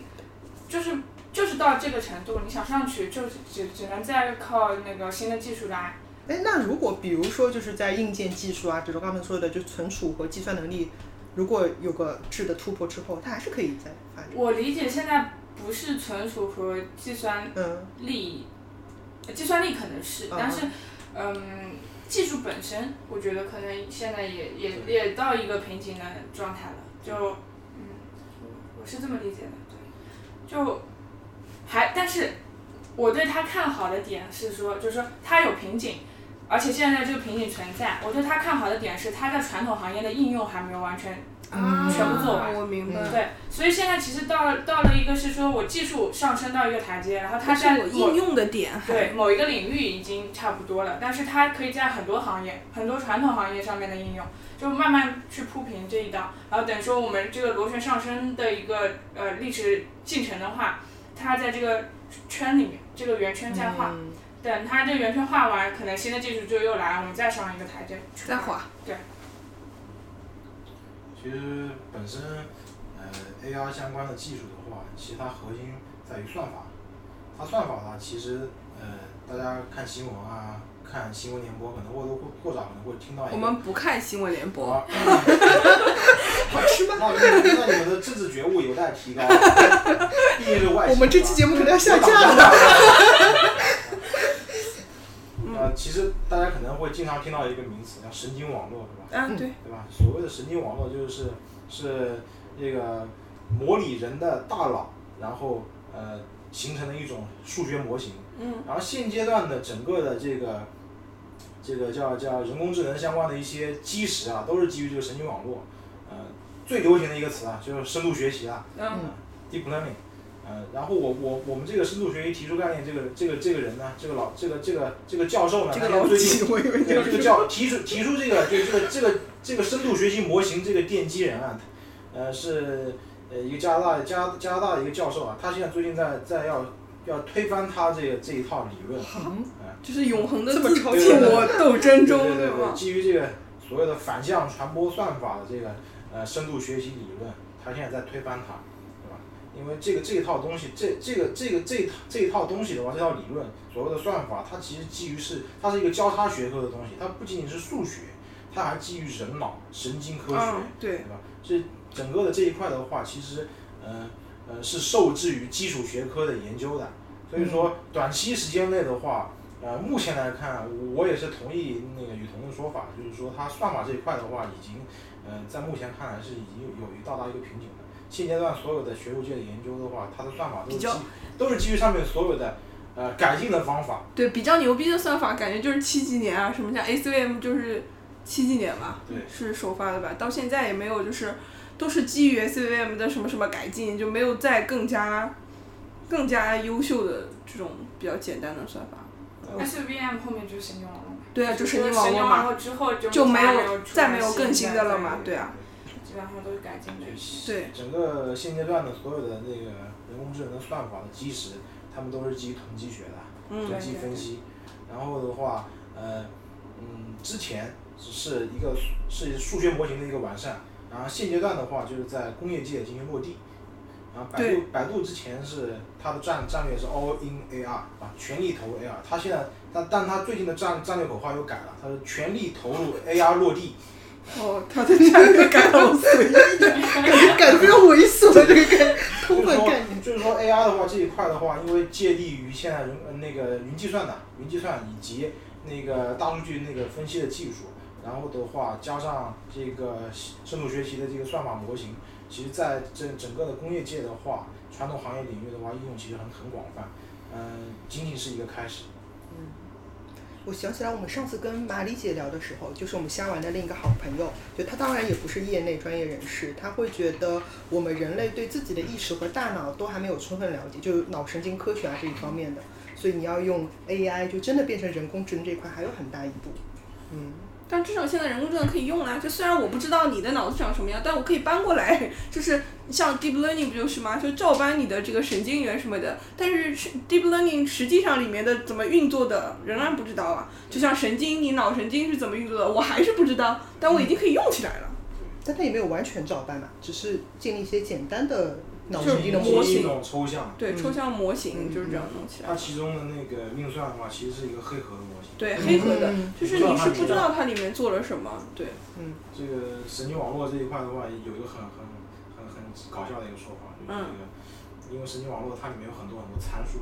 [SPEAKER 4] 就是就是到这个程度，你想上去就是只只能再靠那个新的技术来。
[SPEAKER 2] 哎，那如果比如说就是在硬件技术啊，比如刚才说的，就存储和计算能力，如果有个质的突破之后，它还是可以再发展。
[SPEAKER 4] 我理解现在不是存储和计算
[SPEAKER 2] 嗯，
[SPEAKER 4] 力，呃计算力可能是，
[SPEAKER 2] 嗯
[SPEAKER 4] 但是，嗯，技术本身，我觉得可能现在也也也到一个瓶颈的状态了。就，嗯，我是这么理解的，对，就还，但是我对他看好的点是说，就是说他有瓶颈。而且现在这个瓶颈存在，我对他看好的点是，他在传统行业的应用还没有完全
[SPEAKER 2] 嗯
[SPEAKER 4] 啊全部做完
[SPEAKER 3] 我明白。
[SPEAKER 2] 嗯
[SPEAKER 4] 对，所以现在其实到到了一个是说我技术上升到一个台阶，然后他
[SPEAKER 3] 但是
[SPEAKER 4] 在
[SPEAKER 3] 我应用的点还
[SPEAKER 4] 对某一个领域已经差不多了，但是它可以在很多行业、很多传统行业上面的应用，就慢慢去铺平这一道。然后等说我们这个螺旋上升的一个呃历史进程的话，它在这个圈里面，这个圆圈在画。
[SPEAKER 2] 嗯
[SPEAKER 4] 等它这个圆圈画完，可能新的技术就又来，我们再上一个台阶。
[SPEAKER 3] 在。滑。
[SPEAKER 6] 其实本身，呃，AR 相关的技术的话，其实它核心在于算法。它算法呢，其实呃，大家看新闻啊，看新闻联播，可能或多或少可能会听到一
[SPEAKER 3] 我
[SPEAKER 6] 个。
[SPEAKER 3] 们不看新闻联播，
[SPEAKER 6] 啊， 好吃吗？那你们那你们的知识觉悟有待提高。啊 毕竟是外
[SPEAKER 2] 我
[SPEAKER 6] 形
[SPEAKER 2] 们这
[SPEAKER 6] 啊
[SPEAKER 2] 期节目可能要下架了。
[SPEAKER 6] 呃，其实大家可能会经常听到一个名词叫神经网络，对吧？
[SPEAKER 4] 嗯
[SPEAKER 3] 啊，对，
[SPEAKER 6] 对吧？所谓的神经网络就是是这个模拟人的大脑，然后呃形成的一种数学模型。
[SPEAKER 3] 嗯，
[SPEAKER 6] 然后现阶段的整个的这个这个叫叫人工智能相关的一些基石啊，都是基于这个神经网络。呃，最流行的一个词啊，就是深度学习啊
[SPEAKER 4] 嗯，
[SPEAKER 6] ，deep learning。呃，然后我我我们这个深度学习提出概念，这个这个这个人呢，这个老这个这个这个教授呢，
[SPEAKER 2] 这个
[SPEAKER 6] 他
[SPEAKER 2] 老
[SPEAKER 6] 最
[SPEAKER 2] 几，
[SPEAKER 6] 近
[SPEAKER 2] 我以 为
[SPEAKER 6] 对这个叫提出提出这个就这个这个这个深度学习模型这个奠基人啊，呃是呃一个加拿大加加拿大的一个教授啊，他现在最近在在要要推翻他这个这一套理论，啊
[SPEAKER 3] 就是永恒的
[SPEAKER 2] 这么
[SPEAKER 3] 自
[SPEAKER 2] 超
[SPEAKER 3] 自
[SPEAKER 6] 前
[SPEAKER 3] 我斗争
[SPEAKER 6] 对
[SPEAKER 3] 中，
[SPEAKER 6] 对对对，
[SPEAKER 3] 吗？
[SPEAKER 6] 基于这个所谓的反向传播算法的这个呃深度学习理论，他现在在推翻它，对吧？因为这个这一套东西，这这个这个这一套这一套东西的话，这套理论所谓的算法，它其实基于是它是一个交叉学科的东西，它不仅仅是数学，它还基于人脑神经科学，
[SPEAKER 3] 嗯，对
[SPEAKER 6] 对，吧？这整个的这一块的话，其实呃呃是受制于基础学科的研究的，所以
[SPEAKER 3] 嗯
[SPEAKER 6] 说短期时间内的话，呃目前来看，我也是同意那个雨桐的说法，就是说它算法这一块的话，已经呃在目前看来是已经有有一到达一个瓶颈了。现阶段所有的学术界的研究的话，它的算法都
[SPEAKER 3] 比
[SPEAKER 6] 是基
[SPEAKER 3] 较
[SPEAKER 6] 都是基于上面所有的呃改进的方法，
[SPEAKER 3] 对，比较牛逼的算法，感觉就是七几年啊，什么像 ACVM 就是七几年吧，
[SPEAKER 6] 对
[SPEAKER 3] 是首发的吧？到现在也没有，就是都是基于 ACVM 的什么什么改进，就没有再更加更加优秀的这种比较简单的算法。
[SPEAKER 4] SVM 后面就是神经网络嘛，
[SPEAKER 3] 对啊，就
[SPEAKER 4] 就是
[SPEAKER 3] 神经
[SPEAKER 4] 神
[SPEAKER 3] 网
[SPEAKER 4] 经
[SPEAKER 3] 络
[SPEAKER 4] 网
[SPEAKER 3] 嘛，
[SPEAKER 4] 络之后就
[SPEAKER 3] 就没
[SPEAKER 4] 再
[SPEAKER 3] 有
[SPEAKER 4] 出
[SPEAKER 3] 再
[SPEAKER 4] 来
[SPEAKER 3] 没有更新
[SPEAKER 4] 的
[SPEAKER 3] 的了
[SPEAKER 4] 对
[SPEAKER 3] 嘛，对啊。
[SPEAKER 4] 基本上都是改进的。
[SPEAKER 2] 对
[SPEAKER 6] 整个现阶段的所有的那个人工智能的算法的基石，他们都是基于统计学的，
[SPEAKER 3] 嗯
[SPEAKER 6] 统计分析。然后的话，呃，嗯，之前只是一个是数学模型的一个完善，然后现阶段的话就是在工业界进行落地。然后百度
[SPEAKER 3] 对
[SPEAKER 6] 百度之前是它的战战略是 all in AR 啊，全力投入 AR。它现在但但它最近的战战略口号又改了，它是全力投入 AR 落地。
[SPEAKER 2] 哦，他的战略感好随意啊，感觉改的非常猥琐，这个 概
[SPEAKER 6] 就
[SPEAKER 2] 偷
[SPEAKER 6] 是
[SPEAKER 2] 换
[SPEAKER 6] 说
[SPEAKER 2] 概念。
[SPEAKER 6] 就是说 AR 的话，这一块的话，因为借力于现在人呃那个云计算的云计算以及那个大数据那个分析的技术，然后的话加上这个深度学习的这个算法模型，其实在这整个的工业界的话，传统行业领域的话，应用其实很很广泛，嗯、仅仅是一个开始。
[SPEAKER 2] 我想起来，我们上次跟马丽姐聊的时候，就是我们虾丸的另一个好朋友，就她当然也不是业内专业人士，她会觉得我们人类对自己的意识和大脑都还没有充分了解，就是脑神经科学啊这一方面的，所以你要用 AI 就真的变成人工智能这一块还有很大一步。嗯，
[SPEAKER 3] 但至少现在人工智能可以用啊啦、就虽然我不知道你的脑子长什么样，但我可以搬过来。就是像 deep learning 不就是吗？就照搬你的这个神经元什么的。但是是 deep learning 实际上里面的怎么运作的，仍然不知道啊。就像神经，你脑神经是怎么运作的，我还是不知道。但我已经可以用起来了。
[SPEAKER 2] 但它也没有完全照搬嘛，只是建立一些简单的脑
[SPEAKER 3] 就是
[SPEAKER 2] 神经的
[SPEAKER 3] 模
[SPEAKER 2] 模
[SPEAKER 3] 型
[SPEAKER 6] 一种抽象，
[SPEAKER 3] 对，
[SPEAKER 2] 嗯
[SPEAKER 3] 抽象模型
[SPEAKER 2] 嗯
[SPEAKER 3] 就是这样弄起来
[SPEAKER 6] 它。其中的那个运算的话，其实是一个黑盒的模型。
[SPEAKER 3] 对，黑盒的
[SPEAKER 2] 嗯，
[SPEAKER 3] 就是你是不知道它里面做了什么。对，
[SPEAKER 6] 这个神经网络这一块的话，有一个很很很很搞笑的一个说法，
[SPEAKER 4] 嗯
[SPEAKER 6] 就是这个，因为神经网络它里面有很多很多参数，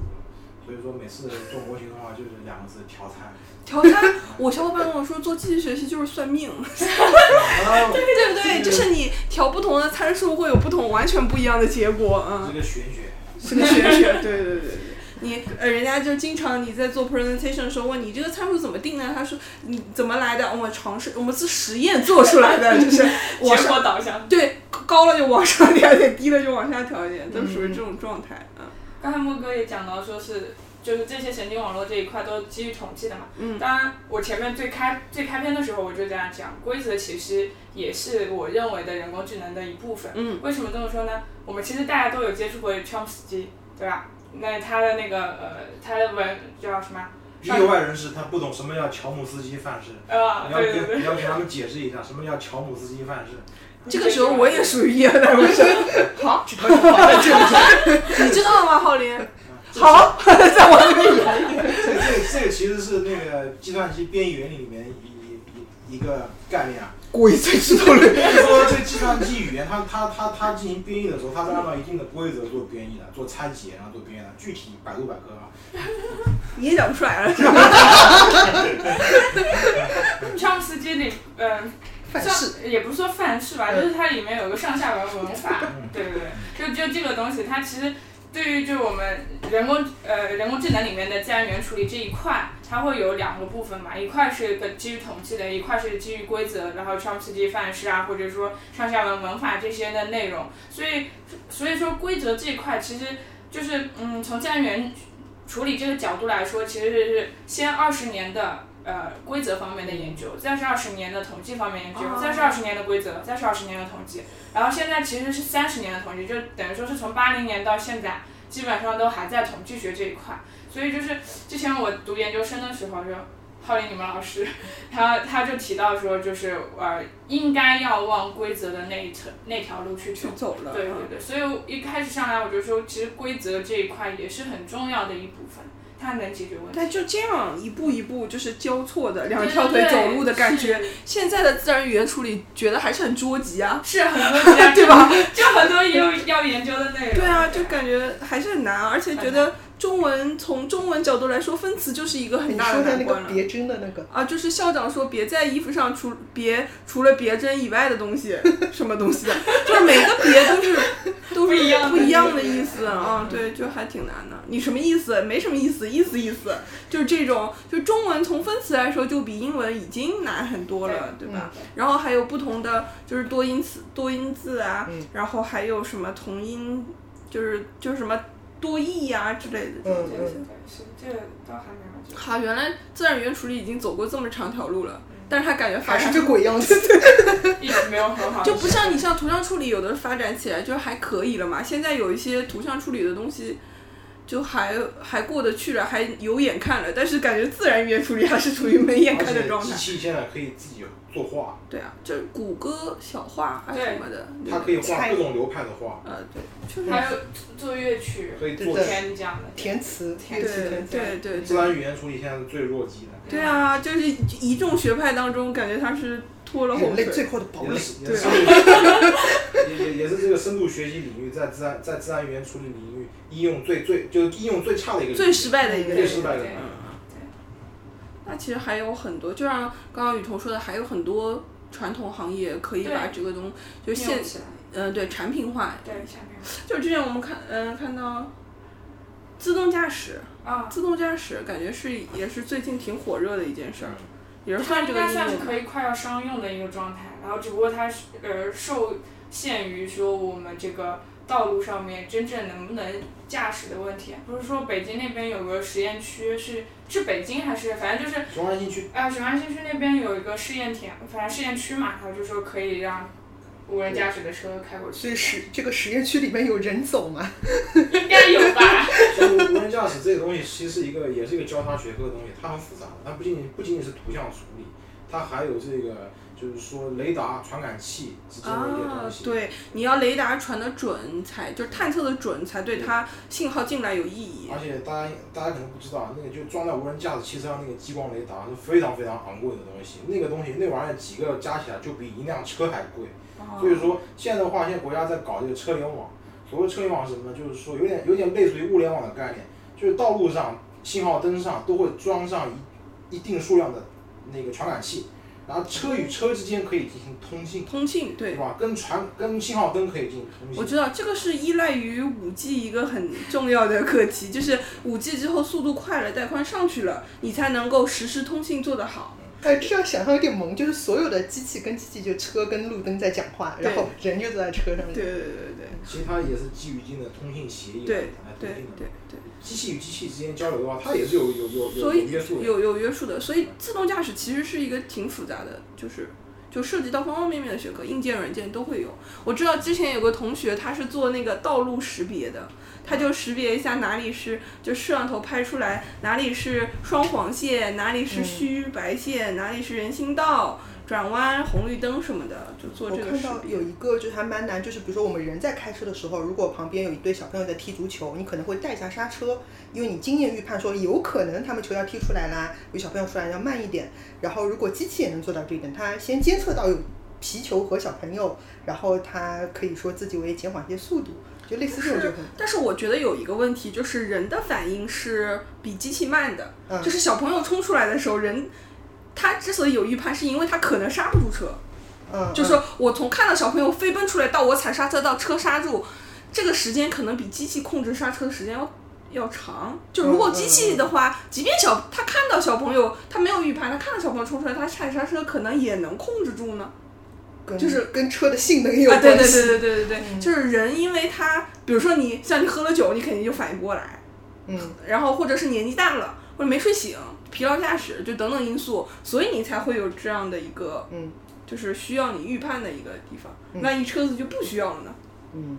[SPEAKER 6] 所以说每次做模型的话就是两个字调参。
[SPEAKER 3] 调参，我小伙伴跟我说，做机器学习就是算命。
[SPEAKER 6] 然后
[SPEAKER 3] 对不对？就是你调不同的参数会有不同完全不一样的结果，
[SPEAKER 6] 这
[SPEAKER 3] 嗯，
[SPEAKER 6] 个玄学，
[SPEAKER 3] 是个玄学，对对对对。你 呃，人家就经常你在做 presentation 的时候问你这个参数怎么定呢？他说你怎么来的？我们尝试，我们是实验做出来的， 就是往
[SPEAKER 4] 结果
[SPEAKER 3] 上
[SPEAKER 4] 导向。
[SPEAKER 3] 对高了就往上调一点，低了就往下调一点，都属于这种状态嗯
[SPEAKER 4] 刚才莫哥也讲到，说是就是这些神经网络这一块都基于统计的嘛。
[SPEAKER 3] 嗯
[SPEAKER 4] 当然，我前面最开最开篇的时候我就这样讲，规则其实也是我认为的人工智能的一部分。
[SPEAKER 3] 嗯
[SPEAKER 4] 为什么这么说呢？我们其实大家都有接触过 Chomsky，对吧？那他的那个呃，他的文叫什么？
[SPEAKER 6] 一个外人士他不懂什么叫乔姆斯基范式，
[SPEAKER 4] 呃，
[SPEAKER 6] 你要
[SPEAKER 4] 对对
[SPEAKER 6] 给
[SPEAKER 4] 对
[SPEAKER 6] 你，要给他们解释一下什么叫乔姆斯基范式。
[SPEAKER 3] 这个时候我也属于业内，我说好， 你知道了吗，浩林？好，在我这里。
[SPEAKER 6] 这个这个这个其实是那个计算机编译原理里面一一一一个概念啊。
[SPEAKER 2] 鬼才知道了。
[SPEAKER 6] 就是说这个计算机语言，它它它它进行编译的时候，它是按照一定的规则做编译的，做拆解然后做编译的。具体百度百科啊，
[SPEAKER 3] 你也讲不出来了，是 吧？
[SPEAKER 4] 创世纪里，嗯、
[SPEAKER 2] 范
[SPEAKER 4] 像
[SPEAKER 2] 式嗯
[SPEAKER 4] 也不是说范式吧，就是它里面有个上下文文 法，对对对，就就这个东西，它其实对于就我们人工呃人工智能里面的自然语言处理这一块，它会有两个部分嘛，一块是个基于统计的，一块是基于规则，然后创世纪范式啊，或者说上下文文法这些的内容，所以所以说规则这一块其实就是嗯从自然语言处理这个角度来说，其实是先二十年的呃规则方面的研究，再是二十年的统计方面研究
[SPEAKER 3] 哦，
[SPEAKER 4] 再是二十年的规则，再是二十年的统计，然后现在其实是三十年的统计，就等于说是从八零年到现在，基本上都还在统计学这一块。所以就是之前我读研究生的时候就。浩林，你们老师，他他就提到说，就是呃，应该要往规则的那一层那条路去走
[SPEAKER 3] 去。走了，
[SPEAKER 4] 嗯对对对，所以我一开始上来我就说，其实规则这一块也是很重要的一部分，它能解决问题。
[SPEAKER 3] 但就这样一步一步就是交错的两条腿走路的感觉。
[SPEAKER 4] 对
[SPEAKER 3] 现在的自然语言处理觉得还是很捉急啊，
[SPEAKER 4] 是是很多家
[SPEAKER 3] 对吧？
[SPEAKER 4] 就很多要要研究的内容。
[SPEAKER 3] 对啊，就感觉还是很难啊，而且觉得中文从中文角度来说，分词就是一个很
[SPEAKER 2] 你
[SPEAKER 3] 大的
[SPEAKER 2] 说的那
[SPEAKER 3] 难
[SPEAKER 2] 个
[SPEAKER 3] 关了。
[SPEAKER 2] 别针的那个，
[SPEAKER 3] 啊，就是校长说别在衣服上除别除了别针以外的东 西，什么东西的，就是每个别都是都是
[SPEAKER 4] 不一样的
[SPEAKER 3] 不一样的意思啊，
[SPEAKER 4] 嗯
[SPEAKER 3] 对，就还挺难的。你什么意思？没什么意思，意思意思，就是这种，就中文从分词来说就比英文已经难很多了，
[SPEAKER 4] 嗯
[SPEAKER 3] 对吧？然后还有不同的就是多音词、多音字啊，
[SPEAKER 2] 嗯
[SPEAKER 3] 然后还有什么同音，就是就是什么多义啊之类的这种
[SPEAKER 4] 对
[SPEAKER 3] 东
[SPEAKER 4] 对
[SPEAKER 3] 西。
[SPEAKER 4] 对，是这个倒还没有解决。嗯
[SPEAKER 3] 好，原来自然语言处理已经走过这么长条路了，但是它感觉发
[SPEAKER 2] 还是
[SPEAKER 3] 展
[SPEAKER 2] 这鬼 样子。
[SPEAKER 4] 一直没有很好的
[SPEAKER 3] 就不像你像图像处理，有的发展起来就是还可以了嘛。现在有一些图像处理的东西，就还还过得去了，还有眼看了。但是感觉自然语言处理还是处于没眼
[SPEAKER 6] 而
[SPEAKER 3] 看的
[SPEAKER 6] 且
[SPEAKER 3] 状
[SPEAKER 6] 机
[SPEAKER 3] 态。
[SPEAKER 6] 器现在可以自己作画，
[SPEAKER 3] 对啊，就是谷歌小画还是
[SPEAKER 4] 对
[SPEAKER 3] 什么的，
[SPEAKER 6] 它可以画
[SPEAKER 2] 菜
[SPEAKER 6] 各种流派的画，
[SPEAKER 3] 呃，对，确实
[SPEAKER 4] 还有做乐曲，
[SPEAKER 3] 嗯
[SPEAKER 6] 可以做
[SPEAKER 2] 对
[SPEAKER 4] 填这样的
[SPEAKER 2] 填词，填
[SPEAKER 3] 对
[SPEAKER 2] 词，
[SPEAKER 3] 对
[SPEAKER 2] 填词。
[SPEAKER 3] 对对
[SPEAKER 6] 自然语言处理现在是最弱鸡的。
[SPEAKER 3] 对啊，就是一众学派当中，感觉他是拖了后
[SPEAKER 2] 人类
[SPEAKER 3] 腿。
[SPEAKER 2] 最后的堡
[SPEAKER 6] 也
[SPEAKER 2] 垒，
[SPEAKER 6] 是也
[SPEAKER 3] 对
[SPEAKER 6] 是也也也是这个深度学习领域，在自然在自然语言处理领域应用最最就是应用最差的一个领域
[SPEAKER 3] 最失败的一个
[SPEAKER 6] 最
[SPEAKER 3] 人。
[SPEAKER 6] 失败的领域。
[SPEAKER 3] 那其实还有很多，就像刚刚雨桐说的，还有很多传统行业可以
[SPEAKER 4] 对
[SPEAKER 3] 把这个东就现
[SPEAKER 4] 用起来，
[SPEAKER 3] 呃对产品化。
[SPEAKER 4] 对，下面
[SPEAKER 3] 就之前我们看嗯、看到自动驾驶，
[SPEAKER 4] 啊，
[SPEAKER 3] 自动驾驶感觉是也是最近挺火热的一件事儿，
[SPEAKER 6] 嗯
[SPEAKER 3] 也是
[SPEAKER 4] 它
[SPEAKER 3] 算这啊个
[SPEAKER 4] 应该
[SPEAKER 3] 应
[SPEAKER 4] 算是可
[SPEAKER 3] 用。
[SPEAKER 4] 以快要商用的一个状态，然后只不过它是呃受限于说我们这个道路上面真正能不能驾驶的问题，不是说北京那边有个实验区是是北京还是反正就是
[SPEAKER 6] 雄安新区
[SPEAKER 4] 啊，雄安新区那边有一个试验田，反正试验区嘛，然后就说可以让无人驾驶的车开过
[SPEAKER 2] 所
[SPEAKER 4] 去
[SPEAKER 2] 以，实这个实验区里面有人走嘛？
[SPEAKER 4] 应该有吧？
[SPEAKER 6] 就是无人驾驶这个东西，其实是一个也是一个交叉学科的东西，它很复杂，它不仅仅不仅仅是图像处理，它还有这个就是说雷达传感器之间的一些
[SPEAKER 3] 啊
[SPEAKER 6] 东，西。
[SPEAKER 3] 对，你要雷达传的准才，就是探测的准才对它信号进来有意义。
[SPEAKER 6] 而且大家大家可能不知道，那个就装在无人驾驶汽车上那个激光雷达是非常非常昂贵的东西，那个东西那玩意儿几个加起来就比一辆车还贵。
[SPEAKER 3] 哦
[SPEAKER 6] 所以说现在的话，现在国家在搞这个车联网。所谓车联网是什么呢？就是说有点有点类似于物联网的概念，就是道路上信号灯上都会装上一一定数量的那个传感器，然后车与车之间可以进行通信，
[SPEAKER 3] 通信对
[SPEAKER 6] 对，吧？跟传跟信号灯可以进行通
[SPEAKER 3] 我
[SPEAKER 6] 信。
[SPEAKER 3] 知道这个是依赖于五 G 一个很重要的课题，就是五 G 之后速度快了，带宽上去了，你才能够实时通信做得好。
[SPEAKER 2] 哎，这样想象有点萌，就是所有的机器跟机器，就车跟路灯在讲话，然后人就坐在车上面。
[SPEAKER 3] 对对对对
[SPEAKER 6] 其实它也是基于今的通信协议
[SPEAKER 3] 对
[SPEAKER 6] 来
[SPEAKER 3] 对
[SPEAKER 6] 通信的
[SPEAKER 3] 对。对
[SPEAKER 6] 机器与机器之间交流的话，它也是有有有有
[SPEAKER 3] 所
[SPEAKER 6] 有
[SPEAKER 3] 以
[SPEAKER 6] 约束的。
[SPEAKER 3] 有有约束的，所以自动驾驶其实是一个挺复杂的，就是就涉及到方方面面的学科，硬件、软件都会有。我知道之前有个同学他是做那个道路识别的，他就识别一下哪里是就摄像头拍出来哪里是双黄线，哪里
[SPEAKER 2] 嗯
[SPEAKER 3] 是虚白线，哪里是人行道、转弯、红绿灯什么的，就做
[SPEAKER 2] 我
[SPEAKER 3] 这个
[SPEAKER 2] 看
[SPEAKER 3] 识
[SPEAKER 2] 到有
[SPEAKER 3] 别。
[SPEAKER 2] 一个就是还蛮难，就是比如说我们人在开车的时候，如果旁边有一对小朋友在踢足球，你可能会带一下刹车，因为你经验预判说有可能他们球要踢出来啦，有小朋友出来要慢一点。然后如果机器也能做到这一点，它先监测到有皮球和小朋友，然后它可以说自己为减缓一些速度，就类似这种就很。
[SPEAKER 3] 但是我觉得有一个问题，就是人的反应是比机器慢的，
[SPEAKER 2] 嗯
[SPEAKER 3] 就是小朋友冲出来的时候，人他之所以有预判，是因为他可能刹不住车。
[SPEAKER 2] 嗯，
[SPEAKER 3] 就
[SPEAKER 2] 嗯
[SPEAKER 3] 是说我从看到小朋友飞奔出来到我踩刹车到车刹住，这个时间可能比机器控制刹车的时间要要长。就如果机器的话，即便小他看到小朋友，他没有预判，他看到小朋友冲出来，他踩刹车可能也能控制住呢。
[SPEAKER 2] 跟
[SPEAKER 3] 就是
[SPEAKER 2] 跟车的性能也有
[SPEAKER 3] 啊，对
[SPEAKER 2] 关
[SPEAKER 3] 对
[SPEAKER 2] 系。
[SPEAKER 3] 对对对对对，就是人，因为他，比如说你像你喝了酒，你肯定就反应不过来，
[SPEAKER 2] 嗯，
[SPEAKER 3] 然后或者是年纪大了，或者没睡醒，疲劳驾驶，就等等因素，所以你才会有这样的一个，
[SPEAKER 2] 嗯，
[SPEAKER 3] 就是需要你预判的一个地方。万一车子就不需要了呢？
[SPEAKER 2] 嗯，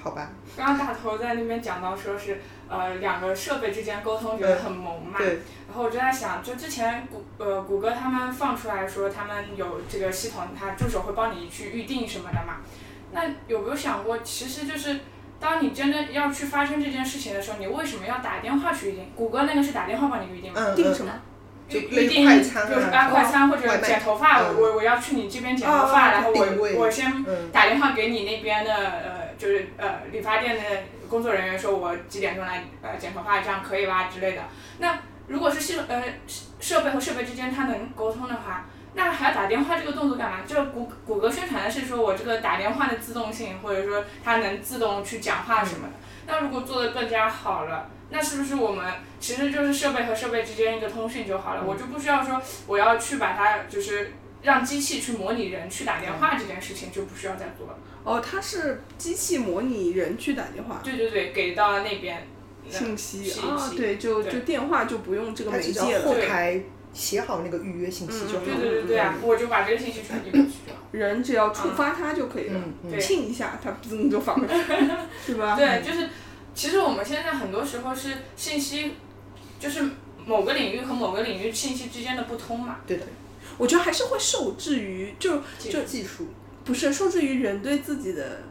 [SPEAKER 2] 好吧，
[SPEAKER 4] 刚刚大头在那边讲到说是呃两个设备之间沟通觉得很萌嘛，
[SPEAKER 2] 对，
[SPEAKER 4] 然后我就在想，就之前谷呃谷歌他们放出来说他们有这个系统，它助手会帮你去预定什么的嘛。那有没有想过，其实就是当你真的要去发生这件事情的时候，你为什么要打电话去预定？谷歌那个是打电话帮你预定嘛？
[SPEAKER 2] 嗯，
[SPEAKER 3] 定
[SPEAKER 2] 嗯
[SPEAKER 3] 什么？
[SPEAKER 2] 就
[SPEAKER 4] 预
[SPEAKER 2] 类
[SPEAKER 4] 预
[SPEAKER 2] 似
[SPEAKER 4] 定，
[SPEAKER 2] 快餐啊
[SPEAKER 4] 就是啊快餐或者
[SPEAKER 2] 外卖
[SPEAKER 4] 剪头发，
[SPEAKER 2] 嗯哦
[SPEAKER 4] 我我要去你这边剪头
[SPEAKER 3] 啊啊
[SPEAKER 4] 发，
[SPEAKER 3] 啊
[SPEAKER 4] 然后
[SPEAKER 2] 定位
[SPEAKER 4] 我我先
[SPEAKER 2] 嗯
[SPEAKER 4] 打电话给你那边的呃，就是呃理发店的工作人员，说我几点钟来呃剪头发，这样可以吧之类的。那如果是系呃设设备和设备之间它能沟通的话，那还要打电话这个动作干嘛？就是谷谷歌宣传的是说我这个打电话的自动性，或者说它能自动去讲话什么的。那如果做的更加好了。那是不是我们其实就是设备和设备之间一个通讯就好了？我就不需要说我要去把它就是让机器去模拟人去打电话这件事情就不需要再做了。
[SPEAKER 3] 哦，它是机器模拟人去打电话。
[SPEAKER 4] 对对对，给到那边。
[SPEAKER 3] 信息
[SPEAKER 4] 信
[SPEAKER 3] 啊，
[SPEAKER 4] 息
[SPEAKER 3] 对，就
[SPEAKER 4] 对
[SPEAKER 3] 就电话就不用这个
[SPEAKER 2] 它
[SPEAKER 3] 媒
[SPEAKER 2] 只
[SPEAKER 3] 介
[SPEAKER 2] 叫
[SPEAKER 3] 了嗯
[SPEAKER 2] 后。台写好那个预约信息就好
[SPEAKER 4] 对
[SPEAKER 2] 了。
[SPEAKER 4] 对对对啊，我就把这个信息传递过去就好。
[SPEAKER 3] 人只要触发它就可以了，
[SPEAKER 2] 嗯嗯
[SPEAKER 4] 对
[SPEAKER 3] 亲一下它滋 就放回去，对 吧？
[SPEAKER 4] 对，就是其实我们现在很多时候是信息，就是某个领域和某个领域信息之间的不通嘛。
[SPEAKER 2] 对的，
[SPEAKER 3] 我觉得还是会受制于，就就
[SPEAKER 2] 技术，
[SPEAKER 3] 不是受制于人对自己的，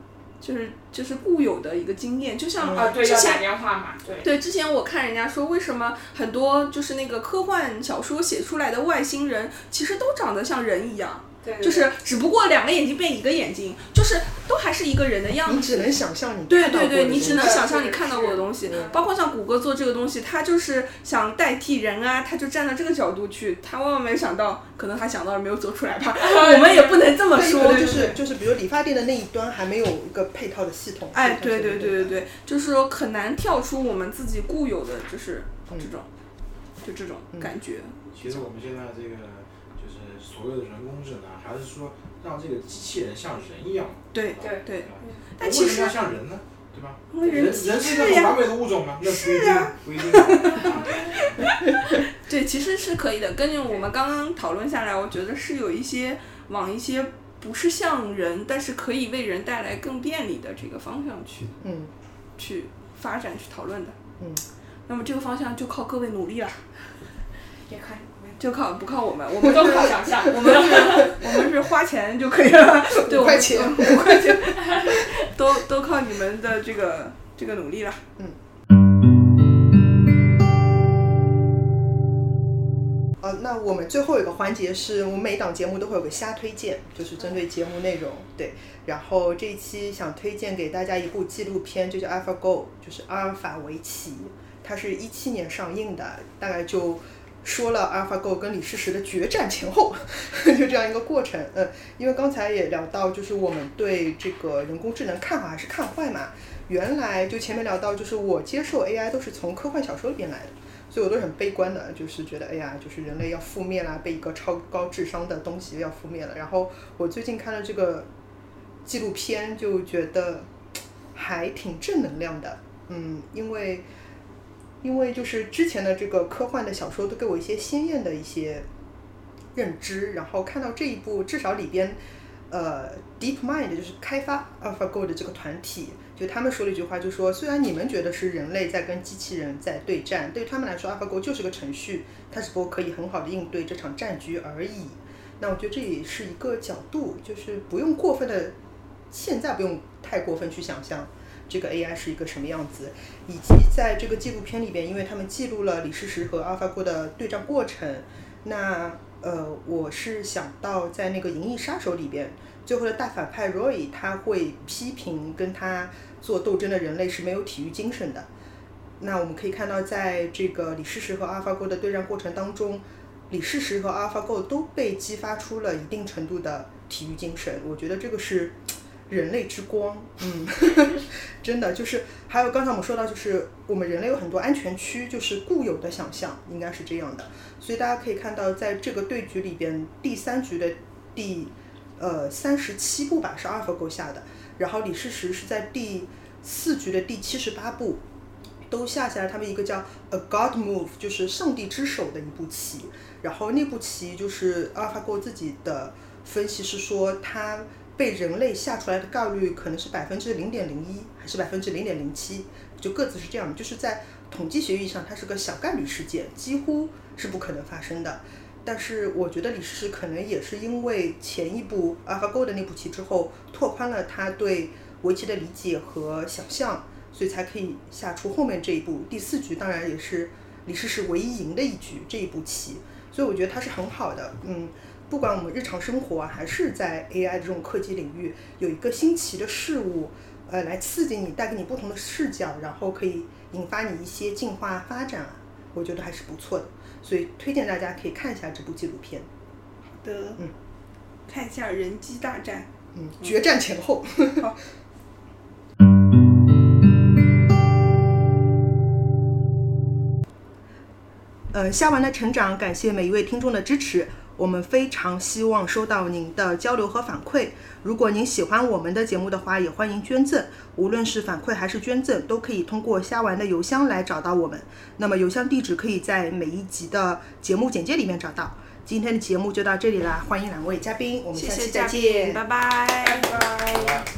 [SPEAKER 3] 就是就是固有的一个经验，就像、
[SPEAKER 2] 嗯
[SPEAKER 4] 啊，
[SPEAKER 3] 啊，
[SPEAKER 4] 对，
[SPEAKER 3] 之
[SPEAKER 4] 要打
[SPEAKER 3] 前。
[SPEAKER 4] 电话嘛，对。
[SPEAKER 3] 对，之前我看人家说，为什么很多就是那个科幻小说写出来的外星人，其实都长得像人一样，
[SPEAKER 4] 对对
[SPEAKER 3] 就是只不过两个眼睛变一个眼睛，就是都还是一个人的样
[SPEAKER 2] 你
[SPEAKER 3] 子。
[SPEAKER 2] 只能想象你
[SPEAKER 3] 对
[SPEAKER 2] 看到
[SPEAKER 3] 对
[SPEAKER 2] 过
[SPEAKER 3] 对，
[SPEAKER 2] 的
[SPEAKER 3] 你
[SPEAKER 2] 东
[SPEAKER 3] 只能
[SPEAKER 2] 西
[SPEAKER 3] 想象你看到过的东西
[SPEAKER 4] 是是，
[SPEAKER 3] 包括像谷歌做这个东西，它就是想代替人啊，它就站到这个角度去，他万万没想到，可能他想到了没有做出来吧，
[SPEAKER 4] 哎
[SPEAKER 3] 我们也不能这么
[SPEAKER 2] 但是
[SPEAKER 3] 说，
[SPEAKER 2] 可能
[SPEAKER 3] 对
[SPEAKER 2] 就
[SPEAKER 3] 不对
[SPEAKER 2] 是就是，比如理发店的那一端还没有一个配套的系统。
[SPEAKER 3] 哎，
[SPEAKER 2] 所
[SPEAKER 3] 对
[SPEAKER 2] 以它
[SPEAKER 3] 对
[SPEAKER 2] 是
[SPEAKER 3] 对对对，就是说很难跳出我们自己固有的，就是
[SPEAKER 2] 嗯
[SPEAKER 3] 这种，就这种感觉。
[SPEAKER 6] 其实我们现在这个就是所谓的人工智能，啊还是说让这个机器人像人一样嘛，
[SPEAKER 3] 对
[SPEAKER 6] 吧
[SPEAKER 4] 对
[SPEAKER 3] 对
[SPEAKER 6] 吧
[SPEAKER 3] 但
[SPEAKER 6] 为
[SPEAKER 3] 其
[SPEAKER 6] 什么要
[SPEAKER 3] 实
[SPEAKER 6] 像人呢？对吧？
[SPEAKER 3] 因为
[SPEAKER 6] 人
[SPEAKER 3] 人
[SPEAKER 6] 人
[SPEAKER 3] 机
[SPEAKER 6] 是一个
[SPEAKER 3] 制
[SPEAKER 6] 很
[SPEAKER 3] 呀，
[SPEAKER 6] 完美的物种吗？那不一
[SPEAKER 3] 是
[SPEAKER 6] 定啊
[SPEAKER 3] 呀，
[SPEAKER 6] 不一定啊。
[SPEAKER 3] 对，其实是可以的。根据我们刚刚讨论下来，我觉得是有一些往一些不是像人，但是可以为人带来更便利的这个方向去
[SPEAKER 2] 嗯，
[SPEAKER 3] 去发展去讨论的。
[SPEAKER 2] 嗯，
[SPEAKER 3] 那么这个方向就靠各位努力了，
[SPEAKER 4] 也看，
[SPEAKER 3] 就靠不靠我们，我
[SPEAKER 4] 我
[SPEAKER 3] 们
[SPEAKER 4] 都
[SPEAKER 3] 都
[SPEAKER 4] 靠
[SPEAKER 3] 靠。
[SPEAKER 4] 想象。
[SPEAKER 3] 我们是，我们是花钱就可以了，对，
[SPEAKER 2] 五
[SPEAKER 3] 我
[SPEAKER 2] 块
[SPEAKER 3] 们
[SPEAKER 2] 钱，
[SPEAKER 3] 五块钱， 都都靠你们的这个这个努力了。
[SPEAKER 2] 呃，那我们最后有一个环节是，我们每一档节目都会有个瞎推荐，就是针对节目内容。对，然后这一期想推荐给大家一部纪录片，就叫《AlphaGo》，就是阿尔法围棋，它是一七年上映的，大概就说了 AlphaGo 跟李世石的决战前后， 就这样一个过程。嗯，因为刚才也聊到，就是我们对这个人工智能看好还是看坏嘛。原来就前面聊到，就是我接受 AI 都是从科幻小说里边来的。所以我都是很悲观的，就是觉得哎呀，就是人类要覆灭啦，被一个超高智商的东西要覆灭了。然后我最近看了这个纪录片，就觉得还挺正能量的，嗯，因为因为就是之前的这个科幻的小说都给我一些鲜艳的一些认知，然后看到这一部，至少里边呃，DeepMind 就是开发 AlphaGo 的这个团体，就他们说了一句话，就说虽然你们觉得是人类在跟机器人在对战，对他们来说 AlphaGo 就是个程序，它只不过可以很好的应对这场战局而已。那我觉得这也是一个角度，就是不用过分的，现在不用太过分去想象这个 AI 是一个什么样子，以及在这个纪录片里边，因为他们记录了李世石和 AlphaGo 的对战过程，那呃，我是想到在那个《银翼杀手》里边，最后的大反派 Roy 他会批评跟他做斗争的人类是没有体育精神的。那我们可以看到，在这个李世石和 AlphaGo 的对战过程当中，李世石和 AlphaGo 都被激发出了一定程度的体育精神。我觉得这个是人类之光，嗯，真的就是还有刚才我们说到，就是我们人类有很多安全区，就是固有的想象应该是这样的。所以大家可以看到，在这个对局里边，第三局的第呃三十七步吧是 AlphaGo 下的，然后李世石是在第四局的第七十八步都下下来他们一个叫 A God Move，就是上帝之手的一步棋。然后那步棋就是 AlphaGo 自己的分析是说，它被人类下出来的概率可能是百分之零点零一，还是百分之零点零七，就各自是这样，就是在统计学意义上，它是个小概率事件，几乎是不可能发生的。但是我觉得李世石可能也是因为前一部 AlphaGo 的那步棋之后，拓宽了他对围棋的理解和想象，所以才可以下出后面这一步。第四局当然也是李世石唯一赢的一局这一步棋，所以我觉得它是很好的。嗯，不管我们日常生活啊还是在 AI 的这种科技领域，有一个新奇的事物，呃，来刺激你，带给你不同的视角，然后可以引发你一些进化发展啊，我觉得还是不错的。所以推荐大家可以看一下这部纪录片，
[SPEAKER 3] 的
[SPEAKER 2] 嗯
[SPEAKER 3] 看一下人机大战。
[SPEAKER 2] 嗯，决战前后。 呃，虾丸的成长，感谢每一位听众的支持。我们非常希望收到您的交流和反馈。如果您喜欢我们的节目的话，也欢迎捐赠。无论是反馈还是捐赠，都可以通过虾丸的邮箱来找到我们。那么邮箱地址可以在每一集的节目简介里面找到。今天的节目就到这里啦，欢迎两位嘉宾，我们
[SPEAKER 3] 谢
[SPEAKER 2] 下
[SPEAKER 3] 谢
[SPEAKER 2] 期
[SPEAKER 3] 嘉
[SPEAKER 2] 再
[SPEAKER 3] 宾，
[SPEAKER 2] 见，
[SPEAKER 3] 拜拜。
[SPEAKER 4] 拜拜。